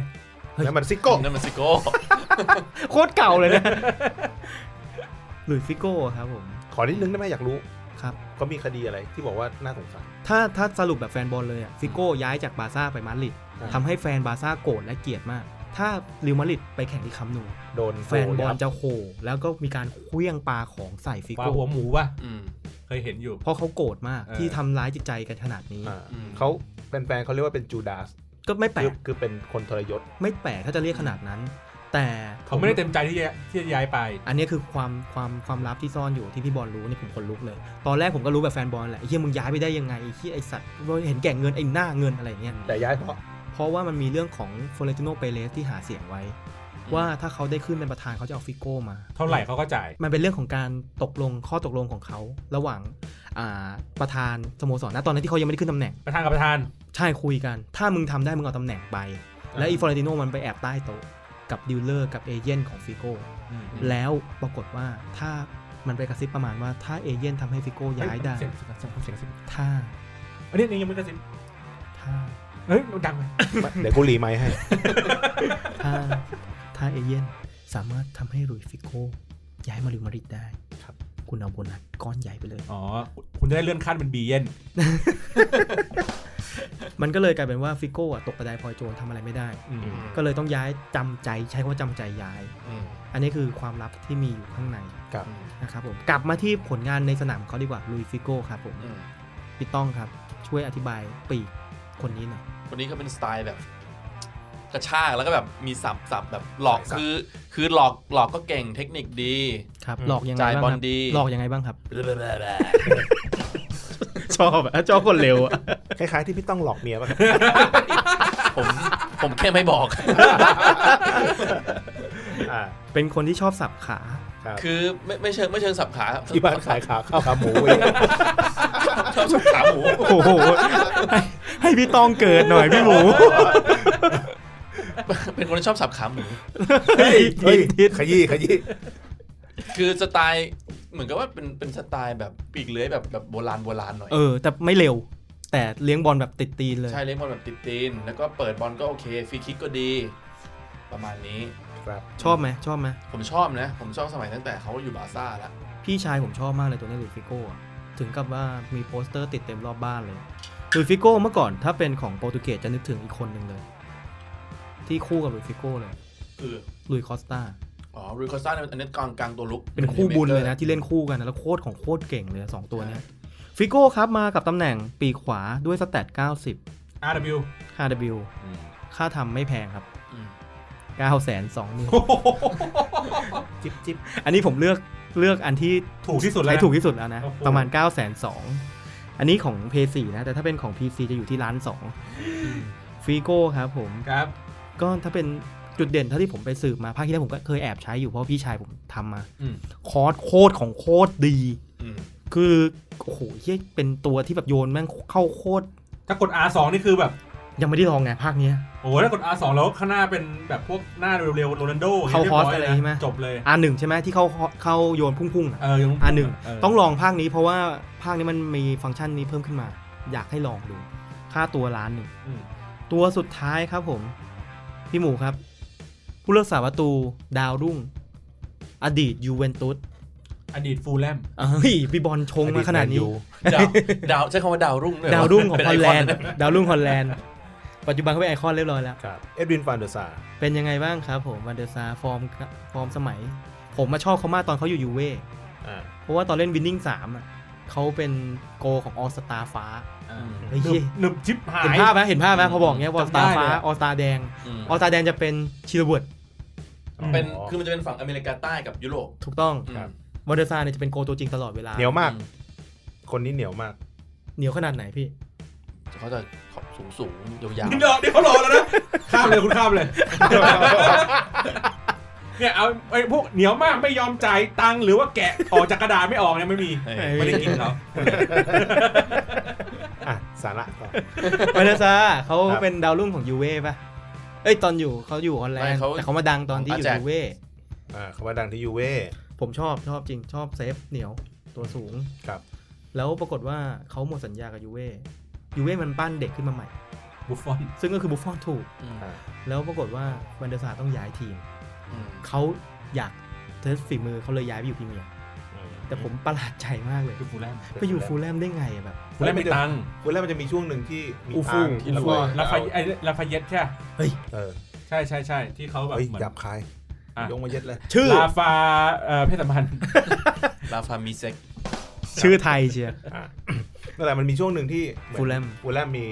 เฮ้ย แล้วมันซิโก้ นั่นมันซิโก้ โคตรเก่าเลย นะ หลุยส์ฟิโก้ครับผม ขอนิดนึงได้ไหมอยากรู้ ครับ เขามีคดีอะไรที่บอกว่าน่าสงสาร ถ้าถ้าสรุปแบบแฟนบอลเลยอ่ะ ฟิโก้ย้ายจากบาร์ซ่าไปมาดริด อ่า ทำให้แฟนบาร์ซ่าโกรธและเกลียดมาก ถ้าริวมาดริดไปแข่งที่คัมป์นู โดน แฟนบอลจะโหแล้วก็มีการเคลื่องปาของใส่ฟิ ปลา โก้ หัวหมูป่ะ อืม เคยเห็นอยู่ เพราะเขาโกรธมาก เออ ที่ทำร้ายจิตใจกันขนาดนี้ อ่า อืม เขาแฟนๆเขาเรียกว่าเป็นจูดาส ก็ไม่แปล คือก คือเป็นคนทรยศ ไม่แปลกถ้าจะเรียกขนาดนั้น แต่ เขาไม่ได้เต็มใจที่จะที่จะย้ายไป อันนี้คือความความความลับที่ซ่อนอยู่ที่พี่บอลรู้นี่ผมขนลุกเลย ตอนแรกผมก็รู้แบบแฟนบอลแหละไอ้เฮียมึงย้ายไปได้ยังไงไอ้เฮียไอ้สัตว์เห็นแก่เงินไอ้หน้าเงินอะไรอย่างเงี้ย แต่ย้ายเพราะ เพราะว่ามันมีเรื่องของฟลอเรนติโนเปเรสที่หาเสียงไว้ ม ว่าถ้าเขาได้ขึ้นเป็นประธานเขาจะเอาฟิโก้มา เท่าไหร่เขาก็จ่าย มันเป็นเรื่องของการตกลงข้อตกลงของเขา ระหว่างอ่าประธานสโมสรนะตอนนั้นที่เขายังไม่ได้ขึ้นตำแหน่ง ประธานกับประธาน ใช่คุยกัน ถ้ามึงทำได้มึงเอาตำแหน่งไป และอีฟลอเรนติโนมันไปแอบใต้โต๊ะกับดีลเลอร์กับเอเย่นของฟิโก้แล้วปรากฏว่าถ้ามันไปกระซิบประมาณว่าถ้าเอเย่นทำให้ฟิโก้ย้ายได้ เสียงเสียงเสียงเสียงเสียง ถ้า อันนี้อันนี้ยังไม่กระซิบ ถ้า เฮ้ยดังไหม เดี๋ยวกูรีไมค์ให้ ถ้าถ้าเอเย่นสามารถทำให้หลุยส์ฟิโก้ย้ายมาริวมาดริดได้ ครับ คุณเอาโบนัสก้อนใหญ่ไปเลย อ๋อ คุณได้เลื่อนขั้นเป็นบีเย็น มันก็เลยกลายเป็นว่าฟิโก้อะตกกระไดพลอยโจรทำอะไรไม่ได้ อืม ก็เลยต้องย้ายจำใจใช้คำว่าจำใจย้าย อืม อันนี้คือความลับที่มีอยู่ข้างใน ครับ อืม นะครับผมกลับมาที่ผลงานในสนามของเขาดีกว่าลุยฟิโก้ครับผม อืม พี่ต้องครับ ช่วยอธิบายปีกคนนี้หน่อย คนนี้เขาเป็นสไตล์แบบ กระชากแล้วก็แบบมีสับสับแบบหลอก ใช่ครับ คือ คือหลอกหลอกก็เก่งเทคนิคดี ครับ อืม หลอกยังไง จ่าย บ้าง บอ ค ล รับ ดี หลอกยังไงบ้างครับ อ ชอบอ่ะชอบคนเร็วอ่ะ คล้ายๆที่พี่ต้องหลอกเมียป่ะ ผมผมแค่ไม่บอก อ่า เป็นคนที่ชอบสับขา ครับ คือไม่ไม่เชิงไม่เชิงสับขาครับ ที่บ้านขายขาข้าวขาหมูเว้ย ชอบสับขาหมู โอ้โหให้ให้พี่ต้องเกิดหน่อยพี่หมู เป็นคนชอบสับขาหมู เฮ้ยเฮ้ย ทิศ ขยี้ขยี้ คือสไตล์เหมือนกับว่าเป็นเป็นสไตล์แบบปีกเลื้อยแบบแบบโบราณโบราณหน่อย เออ แต่ไม่เร็ว แต่เลี้ยงบอลแบบติดตีนเลย ใช่เล่นบอลแบบติดตีน แล้วก็เปิดบอลก็โอเคฟรีคิกก็ดี ประมาณนี้ ครับ ชอบไหมชอบไหม ผมชอบนะ ผมชอบสมัยตั้งแต่เขาอยู่บาร์ซ่าแล้ว พี่ชายผมชอบมากเลยตัวนี้ลูฟิโก้อะถึงกับว่ามีโปสเตอร์ติดเต็มรอบบ้านเลยลูฟิโก้เมื่อก่อนถ้าเป็นของโปรตุเกสจะนึกถึงอีกคนหนึ่งเลย ที่คู่กับลูฟิโก้เลย คือ ลุยคอสตา อ๋อรูคอสตาเนี่ยอันนี้กลางกลางตัวลุก เป็นคู่บุญเลยนะ ที่เล่นคู่กันนะแล้วโคตรของโคตรเก่งเลยนะสองตัวเนี้ยฟิโก้ครับมากับตำแหน่งปีกขวาด้วยสแตท90 RW 5W ค่าทำไม่แพงครับ อืม 9 2 0 0 0 0 โอ้โห จิ๊บจิ๊บ อันนี้ผมเลือกเลือกอันที่ ถูกที่สุดแล้ว ใช้ นะ ถูกที่สุดแล้วนะ โอ้โห ประมาณ 9 2 0 0 0 0อันนี้ของ p 4นะ แต่ถ้าเป็นของ PC จะอยู่ที่ล้านสองฟิโก้ครับผม ครับ ก็ถ้าเป็นจุดเด่นเท่าที่ผมไปสืบมาภาคที่แล้วผมก็เคยแอบใช้อยู่เพราะพี่ชายผมทำมา อืม คอร์สโคตรของโคตรดี อืม คือโอ้โหเฮียเป็นตัวที่แบบโยนแม่งเข้าโคตร ถ้ากด R2 นี่คือแบบ ยังไม่ได้ลองไงภาคเนี้ย โอ้โหถ้ากด R2 แล้วข้างหน้าเป็นแบบพวกหน้าเร็วๆโรนัลโดย่งงี้ย เข้าฮอส บย อะไร น ใช่ไหม จบเลย อันหนึ่งใช่ไหมที่เขาเข้าโยนพุ่งๆอ่ะ เออยัง อันหนึ่ง เ ต้องลองภาคนี้เพราะว่าภาคนี้มันมีฟังก์ชันนี้เพิ่มขึ้นมา อยากให้ลองดู ค่าตัวล้านหนึ่ง อืม ตัวสุดท้ายครับผม พี่หมูครับ ผู้รักษาประตูดาวรุ่ง อดีตยูเวนตุส อดีตฟูลแลม เอ้ยพี่บอลชงมาขนาดนี้ ดาว ดาวใช้คำว่าดาวรุ่งเลยเหร ดาวรุ่งของ เป็ ฮอล ไค แลน เย ด์ดาวรุ่งฮอลแลนด์ปัจจุบันเขาเป็นไอคอนเรียบร้อยแล้ว ครับ เอ็ดวินฟานเดอร์ซา เป็นยังไงบ้างครับผมวันเดอร์ซาฟอร์มฟอร์มสมัย ผมมาชอบเขามากตอนเขาอยู่ยูเว่ อ่า เพราะว่าตอนเล่นวินนิ่งสามอ่ะเขาเป็นโกของออสตาฟ้า อืม เฮ้ย หนึบหนึบชิบหาย เห็นภาพไหมเห็นภาพไหมพอบอกเงี้ยออส จำได้ ตา เลยอะ ฟ้าออสตาแดง อืม ออสตาแดงจะเป็นชิลเวิร์ด เป็นคือมันจะเป็นฝั่งอเมริกาใต้กับยุโรป ถูกต้อง อืม ครับ วันเดอร์ซาเนี่ยจะเป็นโกตัวจริงตลอดเวลา เหนียวมาก อื คนนี้เหนียวมาก เหนียวขนาดไหนพี่ เขาจะขอบสูงสูงๆยาว นี่เดี๋ยวนี่เขารอแล้วนะ ข้ามเลยคุณ ข้ามเลย เนี่ยเอาไอ้พวกเหนียวมากไม่ยอมจ่ายตังค์หรือว่าแกะออกจากกระดาษไม่ออกเนี่ยไม่มี ๆเออ ไม่ได้กินเขา อ่ะ สาระต่อ วันเดอร์ซาเขา ครับ เป็นดาวรุ่งของยูเว่ป่ะ เอ้ยตอนอยู่เขาอยู่ออนไล ไม่ น์ เขา แต่เขามาดังตอนที่อยู่ อาแจก ยูเว่ อ่าเขาว่าดังที่ยูเว่ ผมชอบชอบจริงชอบเซฟเหนียวตัวสูง ครับ แล้วปรากฏว่าเขาหมดสัญญากับยูเว่ยูเว่มันปั้นเด็กขึ้นมาใหม่ บุฟฟอน ซึ่งก็คือบุฟฟอนถูก อืม แล้วปรากฏว่าวันเดอร์ซาต้องย้ายทีม อืม เขาอยากเทสฝีมือเขาเลยย้ายไปอยู่พรีเมียร์แต่ผมประหลาดใจมากเลย คือฟูลแลม ไปอยู่ฟูลแลมได้ไงอะแบบ ฟูลแลมมีตังค์ เวลามันจะมีช่วงหนึ่งที่มี อูฟู่ ตังค์ที่ระเบิด ลาฟายไอ้ลาฟายเย็ตใช่ปะ เออ ใช่ใช่ใช่ที่เขาแบบ เฮ้ย เหมือน หยับคาย อ่ะ ยงมาเย็ดเลย ชื่อ ลาฟาเอ่อเพศสัมพันธ์ ลาฟามีเซ็ก ชื่อไทยเชียร์ อ่ะนั่นแหละมันมีช่วงหนึ่งที่เหอน ฟูลแลม ฟูลแลมมี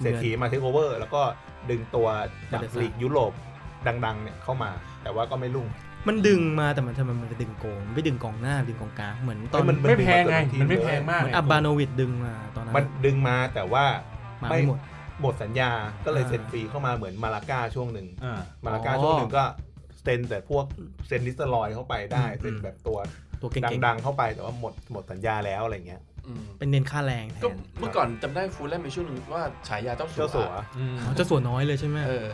เศรษฐีมาเทคโอเวอร์ แล้วก็ดึงตัวจาก มาเดซ่า ลีกยุโรปดัง ๆ เนี่ยเข้ามา แต่ว่าก็ไม่รุ่ง มันดึงมาแต่มันทำไมมันไปดึงโกงมันไปดึงกองหน้าดึงกองกลางเหมือนตอน เฮ้ย เหมื ไม่แพงไง ดึ มัน ตัว ไม่แพงมาก อน ไง อับบาโนวิดดึงมาตอนนั้น มันดึงมาแต่ว่า มา ไม่ ไม่หมด หมดสัญญาก็เลย อ่า เซ็นฟรีเข้ามาเหมือนมาลาก้าช่วงหนึ่ง อ่า มาลาก้าช่วงหนึ่งก็เซ็นแต่พวกเซ็นนิสเตอร์ลอยเข้าไปได้เซ็นแบบตัว ตัวเก่ง ดังๆเข้าไปแต่ว่าหมดหมดสัญญาแล้วอะไรเงี้ย อืม ๆ เป็นเน้นค่าแรงแท ก็ น เมื่อก่อนจำได้ฟูลแลมมีช่วงหนึ่งว่าฉายาเจ้าสัว เจ้าสัว อ๋อเจะส่วนน้อยเลยใช่ไหม เออ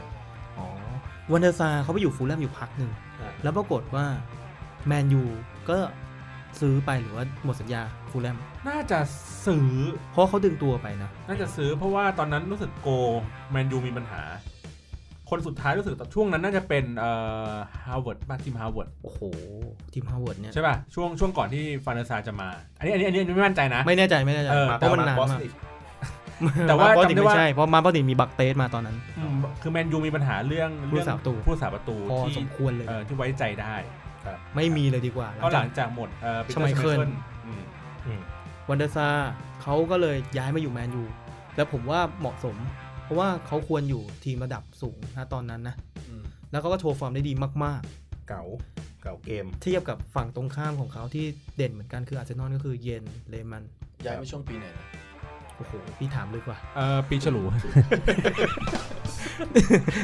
อ๋อวันเดอร์ซาเขาไปอยู่ฟูลแลมอยู่พักหนึ่ง อ่ะ แล้วปรากฏว่าแมนยูก็ซื้อไปหรือว่าหมดสัญญาฟูลแลม น่าจะซื้อ เพราะเขาดึงตัวไปนะ น่าจะซื้อเพราะว่าตอนนั้นรู้สึกโกแมนยูมีปัญหา คนสุดท้ายรู้สึกตอนช่วงนั้นน่าจะเป็นเอ่อฮาวเวิร์ดบ้านทีมฮาวเวิร์ด โอ้โห ทีมฮาวเวิร์ดเนี่ย ใช่ป่ะ ช่วงช่วงก่อนที่ฟานเดอร์ซาจะมา อันนี้อันนี้อันนี้ไม่มั่นใจนะ ไม่แน่ใจไม่แน่ใจ เออ เพราะมันนาน บอส มาก อีก แต่ว่า มาบอส จำ ติ ได้ ไม่ ว่า ใช่เพราะมาบอสติมีบักเตสมาตอนนั้น อืมคือแมนยูมีปัญหาเรื่อง ผู้สาประตู ผู้สาประตู พอ ที่ สมควรเลย เอ่อที่ไว้ใจได้ ไม่มีเลยดีกว่าหลัง ก็ห จา ลั ก งจากหมดเอ่อปีเตอ ชไม ร์ เคิ เคิ ล ล วันเดอร์ซาเขาก็เลยย้ายมาอยู่แมนยูแล้วผมว่าเหมาะสม เพราะว่าเขาควรอยู่ทีมระดับสูงนะตอนนั้นนะ อืม แล้วเขาก็โชว์ฟอร์มได้ดีมาก เก่าเก่าเกม ๆ เทียบกับฝั่งตรงข้ามของเขาที่เด่นเหมือนกันคืออาร์เซนอลก็คือเยนเลมัน ย้ายไปช่วงปีไหนนะ โอ้โหพี่ถามลึกว่ะ เอ่อปีฉลู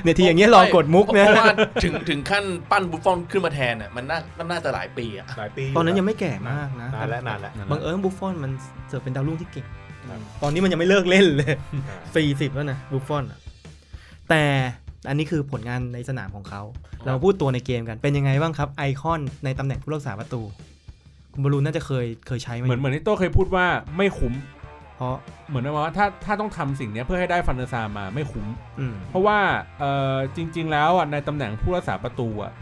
เนี่ยทีอย่างเงี้ยลองกดมุกนะ เพราะว่าถึงถึงขั้นปั้นบุฟฟอนขึ้นมาแทนเนี่ยมันน่ามันน่าจะหลายปีอะ หลายปี ตอนนั้นยังไม่แก่มากนะ นานแล้วนานแล้ว บังเอิญบุฟฟอนมันเสิร์ฟเป็นดาวรุ่งที่เก่ง ครับ ตอนนี้มันยังไม่เลิกเล่นเลย อ่า สี่สิบแล้วนะบุฟฟอนอะแต่อันนี้คือผลงานในสนามของเขา เราพูดตัวในเกมกันเป็นยังไงบ้างครับ ไอคอนในตำแหน่งผู้รักษาประตู คุณบอลลูนน่าจะเคยเคยใช้ เหมือนเหมือนที่โต้เคยพูดว่าไม่คุ้ม เพราะ เหมือนประมาณว่าถ้าถ้าต้องทำสิ่งเนี้ยเพื่อให้ได้ฟันเดอร์ซาร์มาไม่คุ้ม อืม เพราะว่าเอ่อจริง ๆ แล้วอ่ะในตำแหน่งผู้รักษาประตูอ่ะ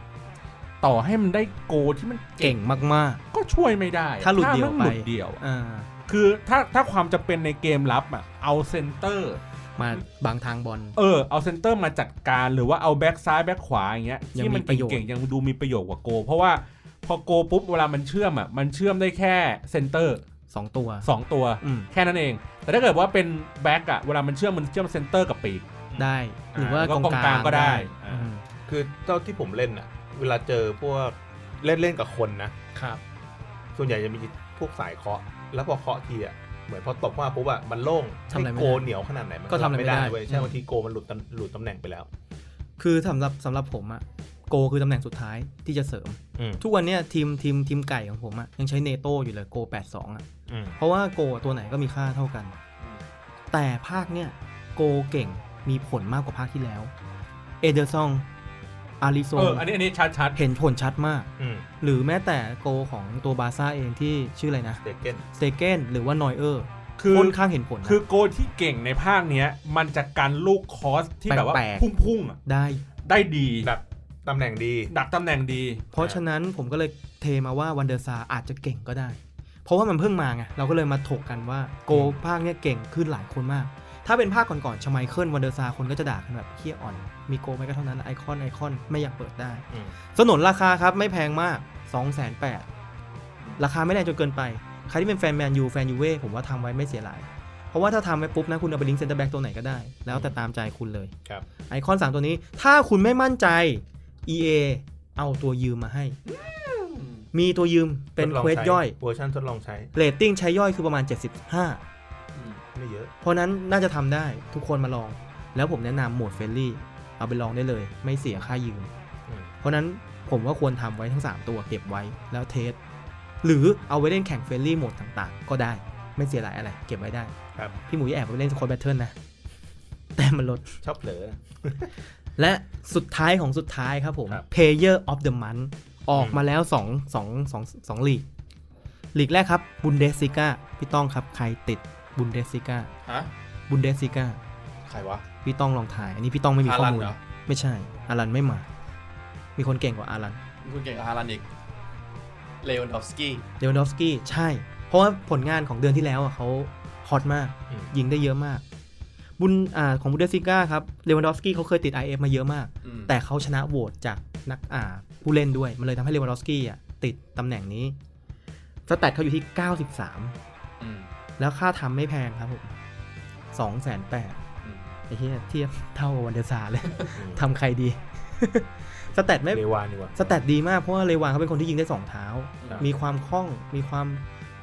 ต่อให้มันได้โกลที่มัน เก่งมาก ก็ช่วยไม่ได้อะ ถ้าหลุดเดี่ยว มันหลุ ไป ดเดี่ยวอะ ๆอ่า คือถ้าถ้าความจะเป็นในเกมรับอ่ะเอาเซนเตอร์ มาบางทางบอล เออเอาเซนเตอร์มาจัดการหรือว่าเอาแบ็กซ้ายแบ็กขวาอย่างเงี้ย ยัง ที่มั มีประโยชน์ เก่งๆยังดูมีประโยชน์กว่าโก เพราะว่าพอโกปุ๊บเวลามันเชื่อมอ่ะมันเชื่อมได้แค่เซนเตอร์ สองตัว สองตัว อืม แค่นั้นเอง แต่ถ้าเกิดว่าเป็นแบ็กอ่ะเวลามันเชื่อมมันเชื่อมเซนเตอร์กับปีก ได้ หรือว่า อ่าก อง ก็กองกกลา ลาง งก็ได้ อืม คือเจ้าที่ผมเล่นอ่ะ เวลาเจอพวกเล่นเล่นกับคนนะ ครับ ส่วนใหญ่จะมีพวกสายเคาะ แล้วพอเคาะทีอ่ะ เหมือนพอตบมาปุ๊บอ่ะมันโล่ง ทำอะไรไม่ได้ โกเหนียวขนาดไหนมัน ก็ทำอะไรไม่ได้ เว้ยใช่ อืม บางทีโกมันหลุดตำหลุดตำแหน่งไปแล้ว คือสำหรับสำหรับผมอะโกคือตำแหน่งสุดท้ายที่จะเสริม อืม ทุกวันเนี้ยทีมทีมทีมไก่ของผมอะยังใช้เนโต้อยู่เลยโกแปดสองอะ อืม เพราะว่าโกตัวไหนก็มีค่าเท่ากัน อืม แต่ภาคเนี่ยโกเก่งมีผลมากกว่าภาคที่แล้ว เอเดอร์ซอง อาริโซ เอออันนี้อันนี้ชัดชัด เห็นผลชัดมาก อืม หรือแม้แต่โกของตัวบาร์ซ่าเองที่ชื่ออะไรนะ เดเก้น สเตเกนหรือว่านอยเออร์ ๆคือ ค่อนข้างเห็นผลนะ คือโกที่เก่งในภาคเนี้ย มันจะกันลูกคอสที่แบบว่า แปลก พุ่งๆอ่ะ ได้ ได้ดี ดักตำแหน่งดี ดักตำแหน่งดี เพราะฉะนั้นผมก็เลยเทมาว่าวันเดอร์ซาอาจจะเก่งก็ได้ เพราะว่ามันเพิ่งมาไงเราก็เลยมาถกกันว่าโกภาคเนี่ยเก่งขึ้นหลายคนมาก ถ้าเป็นภาคก่อนๆชไมเคิลวันเดอร์ซาคนก็จะด่ากันแบบเคี้ยอ่อน มีโกไหมก็เท่านั้นไอคอนไอคอนไม่อยากเปิดได้ อืม สนนราคาครับ ไม่แพงมาก 2 8 0 0 0ราคาไม่แรงจนเกินไป ใครที่เป็นแฟนแมนยูแฟนยูเว่ผมว่าทำไว้ไม่เสียหลาย เพราะว่าถ้าทำไว้ปุ๊บนะคุณเอาไปลิงก์เซนเตอร์แบ็กตัวไหนก็ได้ แล้วแต่ตามใจคุณเลย ครับ ไอคอน 3 ตัวนี้ ถ้าคุณไม่มั่นใจ EA เอาตัวยืมมาให้ มีตัวยืมเป็น ทดลง เควส ใช้ ย่อย เวอร์ชันทดลองใช้ เรตติ้งใช้ย่อยคือประมาณ 75 ไม่เยอะ เพราะนั้นน่าจะทำได้ทุกคนมาลอง แล้วผมแนะนำโหมดเฟรนลี่เอาไปลองได้เลย ไม่เสียค่ายืม อืม เพราะนั้นผมว่าควรทำไว้ทั้ง 3 ตัวเก็บไว้แล้วเทส หรือเอาไว้เล่นแข่งเฟรนลี่โหมดต่างๆ ก็ได้ไม่เสียหลายอะไร เก็บไว้ได้ ครับ พี่หมูจะแอบไปเล่นสควอตแบทเทิลนะ แต่มันลด ชอบเผลอ และสุดท้ายของสุดท้ายครับผม ครับ Player of the Month ออกมาแล้ว2 2 2 2ลีกลีกแรกครับบุนเดสซิก้าพี่ต้องครับใครติดบุนเดสซิก้า ฮะ บุนเดสซิก้า ใครวะ พี่ต้องลองถ่าย อันนี้พี่ต้องไม่มีข้อมูล ฮาลันเหรอ ไม่ใช่อารันไม่มา มีคนเก่งกว่าอารัน คุณเก่งกับฮาลันอีกเลวอนดอฟสกี้ เลวันดอฟสกี้ใช่ เพราะว่าผลงานของเดือนที่แล้วอ่ะเขาฮอตมาก อืม ยิงได้เยอะมาก บุญอ่าของบูเดสซิก้าครับเลวันดอฟสกี้เขาเคยติด IF มาเยอะมาก อืม แต่เขาชนะโหวตจากนักอ่าผู้เล่นด้วย มันเลยทำให้เลวันดอฟสกี้อ่ะติดตำแหน่งนี้สแตทเขาอยู่ที่ 93 อืม แล้วค่าทำไม่แพงครับผม2 8 0 0 0 อืม ไอ้เหี้ยเทียบเท่ากับวันเดอร์ซาร์เลย อืม ทำใครดี สแตทไม่ เรวานดีกว่า สแตทดีมากเพราะว่าเลวานเขาเป็นคนที่ยิงได้สองเท้า ครับ มีความคล่อง มีความ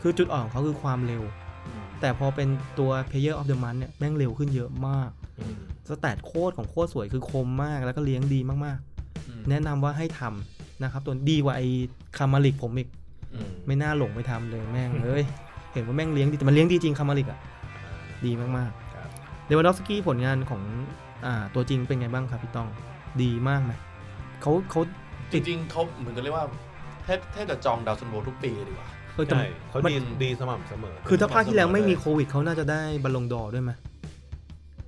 คือจุดอ่อนของเขาคือความเร็ว อืม แต่พอเป็นตัว Player of the Month เนี่ย แม่งเร็วขึ้นเยอะมาก อืม สแตทโคตรของโคตรสวยคือคมมาก แล้วก็เลี้ยงดีมาก อืม ๆ แนะนำว่าให้ทำนะครับ ตัวดีกว่าไอ้คามาลิกผมอีก อืม ไม่น่าหลงไปทำเลยแม่ง เอ้ย เห็นว่าแม่งเลี้ยงดี แต่มันเลี้ยงดีจริงคามาลิกอะดีมาก ครับ ๆเลวานดอฟสกี้ผลงานของอ่าตัวจริงเป็นไงบ้างครับพี่ต้อง ดีมากไหมเขาเขา จริงๆเขาเหมือนกันเรียกว่าแทบแทบจะจองดาวซันโบทุกปีเลยดีกว่า เออแต่ ใช่เขา มัน ดีดีสม่ำเสมอ คือถ้าภาคที่แล้วไม่มีโควิดเขาน่าจะได้บอลลงดอร์ด้วยไหม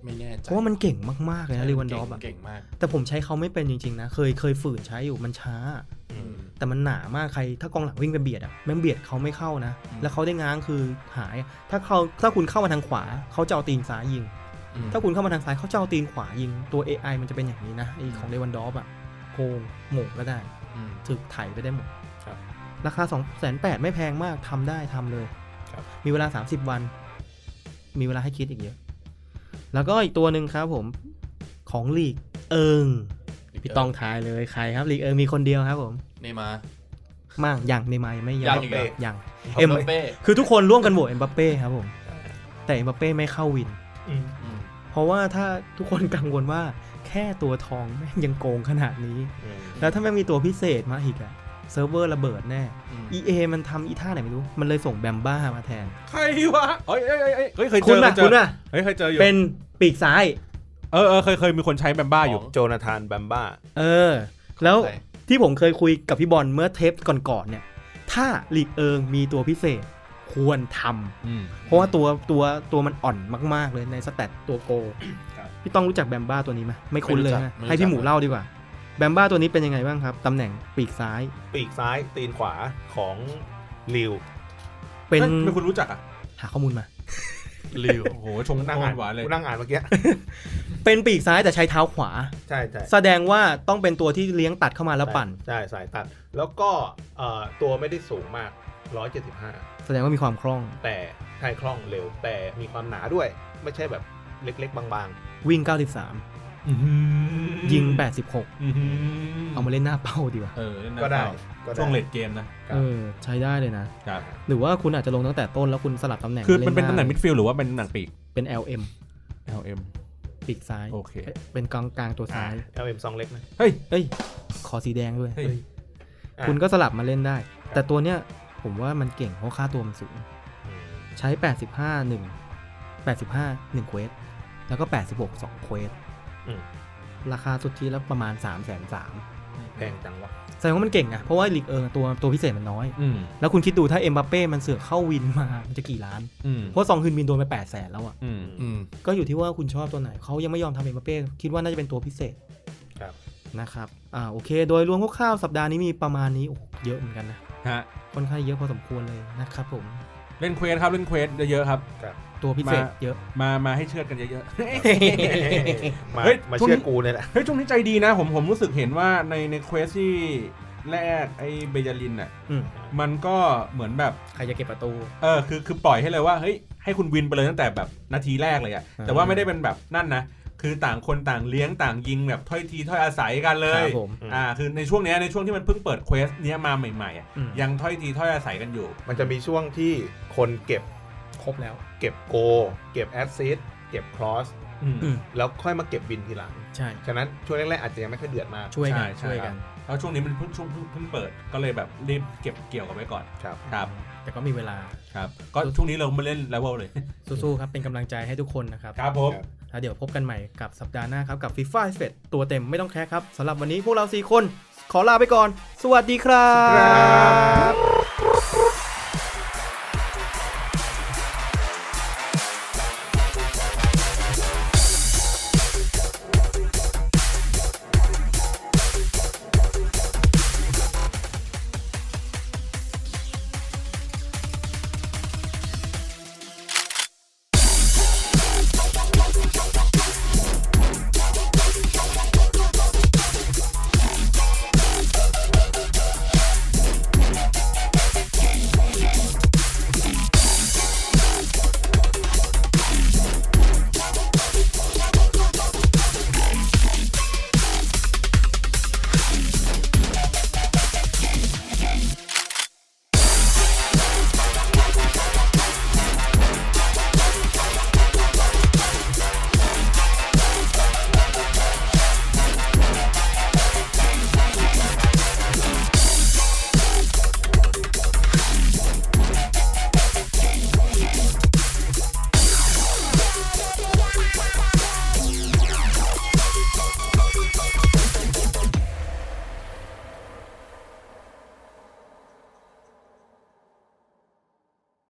ไม่แน่ใจ เพราะว่ามันเก่งมาก ๆ เลยนะลีวันดอฟ เก่ อะ งเก่งมาก แต่ผมใช้เขาไม่เป็นจริง ๆ นะ เคยเคยฝืนใช้อยู่มันช้า อืม แต่มันหนามากใคร ถ้ากองหลังวิ่งไปเบียดอะแม่งเบียดเขาไม่เข้านะ แล้วเขาได้ง้างคือหายอะถ้าเขาถ้าคุณเข้ามาทางขวาเขาจะเอาตีนซ้ายยิง อืม ถ้าคุณเข้ามาทางซ้ายเขาจะเอาตีนขวายิงตัว AI มันจะเป็นอย่างนี้นะไอของเลวันดอฟอะโคงหม่งก็ได้ อืม ถึกไถไปได้หมด ครับ ราคา2องแสนแปดไม่แพงมากทำได้ทำเลย ครับ มีเวลา 30 วัน มีเวลาให้คิดอีกเยอะ แล้วก็อีกตัวหนึ่งครับผมของลีกเอิงพี่ต้องทายเลยใครครับลีกเอิงมีคนเดียวครับผม เนย์มาร์ มั่งยังเนย์มาร์ยังไม่ ยั ยัง งอีกเหรอ ยัง เอ็ เอ็ ม ม เป้ คือทุกคนร่วมกันโหวตเอ็มบัปเป้ครับผมแต่เอ็มบัปเป้ไม่เข้าวิน อืม อืม เพราะว่าถ้าทุกคนกังวลว่าแค่ตัวทองแม่งยังโกงขนาดนี้ อืม แล้วถ้าแม่งมีตัวพิเศษมาอีกอะเซิร์ฟเวอร์ระเบิดแน่ อืม EA มันทำอีท่าไหนไม่รู้ มันเลยส่งแบมบ้ามาแทน ใครวะเอ้ยเอ้ยเอ้ยเอ้ยเฮ้ยเคยเจ คุณ อ น่ะ เคยเจ คุ อ ณน่ะ เฮ้ยเคยเจออยู่ เป็นปีกซ้าย เออเออเคยเคยมีคนใช้แบมบ้าอยู่ ของ โจนาธานแบมบ้า เออ แล้ว ใคร ที่ผมเคยคุยกับพี่บอลเมื่อเทปก่อนๆเนี่ย ถ้าลีกเอิงมีตัวพิเศษ ควรทำ อืม เพราะว่าตัวตัวตัวมันอ่อนมากๆเลยในสแตทตัวโกล ครับ พี่ต้องรู้จักแบมบ้าตัวนี้ไหมไม่คุ้นเลย ไม่รู้จั นะ กไม่รู้จัก ให้พี่หมูเล่าดีกว่า แบมบ้าตัวนี้เป็นยังไงบ้างครับ ตำแหน่งปีกซ้าย ปีกซ้ายตีนขวาของลิว เป็น ฮ้ยไม่คุณรู้จักอ่ะ หาข้อมูลมา ลิว โอ้โห ชง นั่ นั่ ง ง อ่าน หวานเลย กูนั่งอ่านเมื่อกี้ เป็นปีกซ้ายแต่ใช้เท้าขวา ใช่ใช่ แสดงว่าต้องเป็นตัวที่เลี้ยงตัดเข้ามาแล้วปั่น ใช่สายตัด แล้วก็เอ่อตัวไม่ได้สูงมาก 175 แสดงว่ามีความคล่อง แต่ใช่คล่องเร็ว แต่มีความหนาด้วย ไม่ใช่แบบเล็กๆ บาง วิ่ง 93 ยิง 86 เอามาเล่นหน้าเป้าดีกว่า เออนั่นนะๆก็ได้ก็ได้ ช่วงเลดเกมนะ ครับ เออใช้ได้เลยนะ ครับ หรือว่าคุณอาจจะลงตั้งแต่ต้นแล้วคุณสลับตำแหน่ง คือ มา มั ล่ นเป็นตำแหน่ง า มิดฟิลด์หรือว่าเป็นตำแหน่งปีก เป็น LM LM ปีกซ้าย โอเค เป็นกลางกลางตัวซ้าย LM ซองเล็กนะ เฮ้ย เอ้ย ขอสีแดงด้วย เฮ้ย อ่ะ คุณก็สลับมาเล่นได้ แต่ตัวเนี้ยผมว่ามันเก่งเพราะค่าตัวมันสูง อืม ใช้ 85 1 85 1เควส แล้วก็ 86 2เควส อืม ราคาสุทธิแล้วประมาณ 3 3 0 0 แพงจังวะ 0แสดงว่ามันเก่งอะเพราะว่าลีกเออตัวตัวพิเศษมันน้อย อืม แล้วคุณคิดดูถ้าเอ็มบัปเป้มันเสือกเข้าวินมา มันจะกี่ล้าน อืม เพราะซองฮึนวินโดนไป 8 0 0แสนแล้วอะ อืม อืม ก็อยู่ที่ว่าคุณชอบตัวไหน เขายังไม่ยอมทำเอ็มบัปเป้ คิดว่าน่าจะเป็นตัวพิเศษ ครับ นะครับ อ่า โอเค โดยรวมคร่าวๆสัปดาห์นี้มีประมาณนี้ โอ้โหเยอะเหมือนกันนะ ฮะ ค่อนข้างเยอะพอสมควรเลยนะครับผม เล่นเควสครับ เล่นเควสเยอะๆครับ ตัวพิเศษ มา เยอะ มา มาให้เชื่อดกันเยอะๆ มา เฮ้ย มาเชื่อกูเนี่ยแหละ เฮ้ยช่วงนี้ใจดีนะ ผมผมรู้สึกเห็นว่าในในเควสที่แรกไอ้เบญจลินอ่ะ อืม มันก็เหมือนแบบ ใครจะเก็บประตู เออคือคือปล่อยให้เลยว่าเฮ้ยให้คุณวินไปเลยตั้งแต่แบบนาทีแรกเลยอะ อ่า แต่ว่าไม่ได้เป็นแบบนั่นนะ คือต่างคนต่างเลี้ยงต่างยิงแบบถ้อยทีถ้อยอาศัยกันเล ค ย รับผม อ่าคือในช่วงเนี้ยในช่วงที่มันเพิ่งเปิดเควสเนี้ยมาใหม่ๆอะ อืม ยังถ้อยทีถ้อยอาศัยกันอยู่ มันจะมีช่วงที่คนเก็บ ครบแล้ว เก็บโก เก็บแอสซิสเก็บครอส อืม อืม แล้วค่อยมาเก็บบินทีหลัง ใช่ ฉะนั้นช่วงแรกๆอาจจะยังไม่ค่อยเดือดมาก ช่วยกัน ใ ช่วยกัน แล้วช่วงนี้มันเพิ่งช่วงเพิ่งเพิ่งเปิดก็เลยแบบรีบเก็บเกี่ยวกันไว้ก่อน ครับ ครับ แต่ก็มีเวลา ครับ ก็ช่วงนี้เรามาเล่นเลเวลเลย สู้ๆครับ เป็นกำลังใจให้ทุกคนนะครับ ครับผม แล้วเดี๋ยวพบกันใหม่กับสัปดาห์หน้าครับ กับ FIFA f e t ตัวเต็มไม่ต้องแคร์ครับสำหรับวันนี้พวกเรา 4 คนขอลาไปก่อน สวัสดีครับ ครับ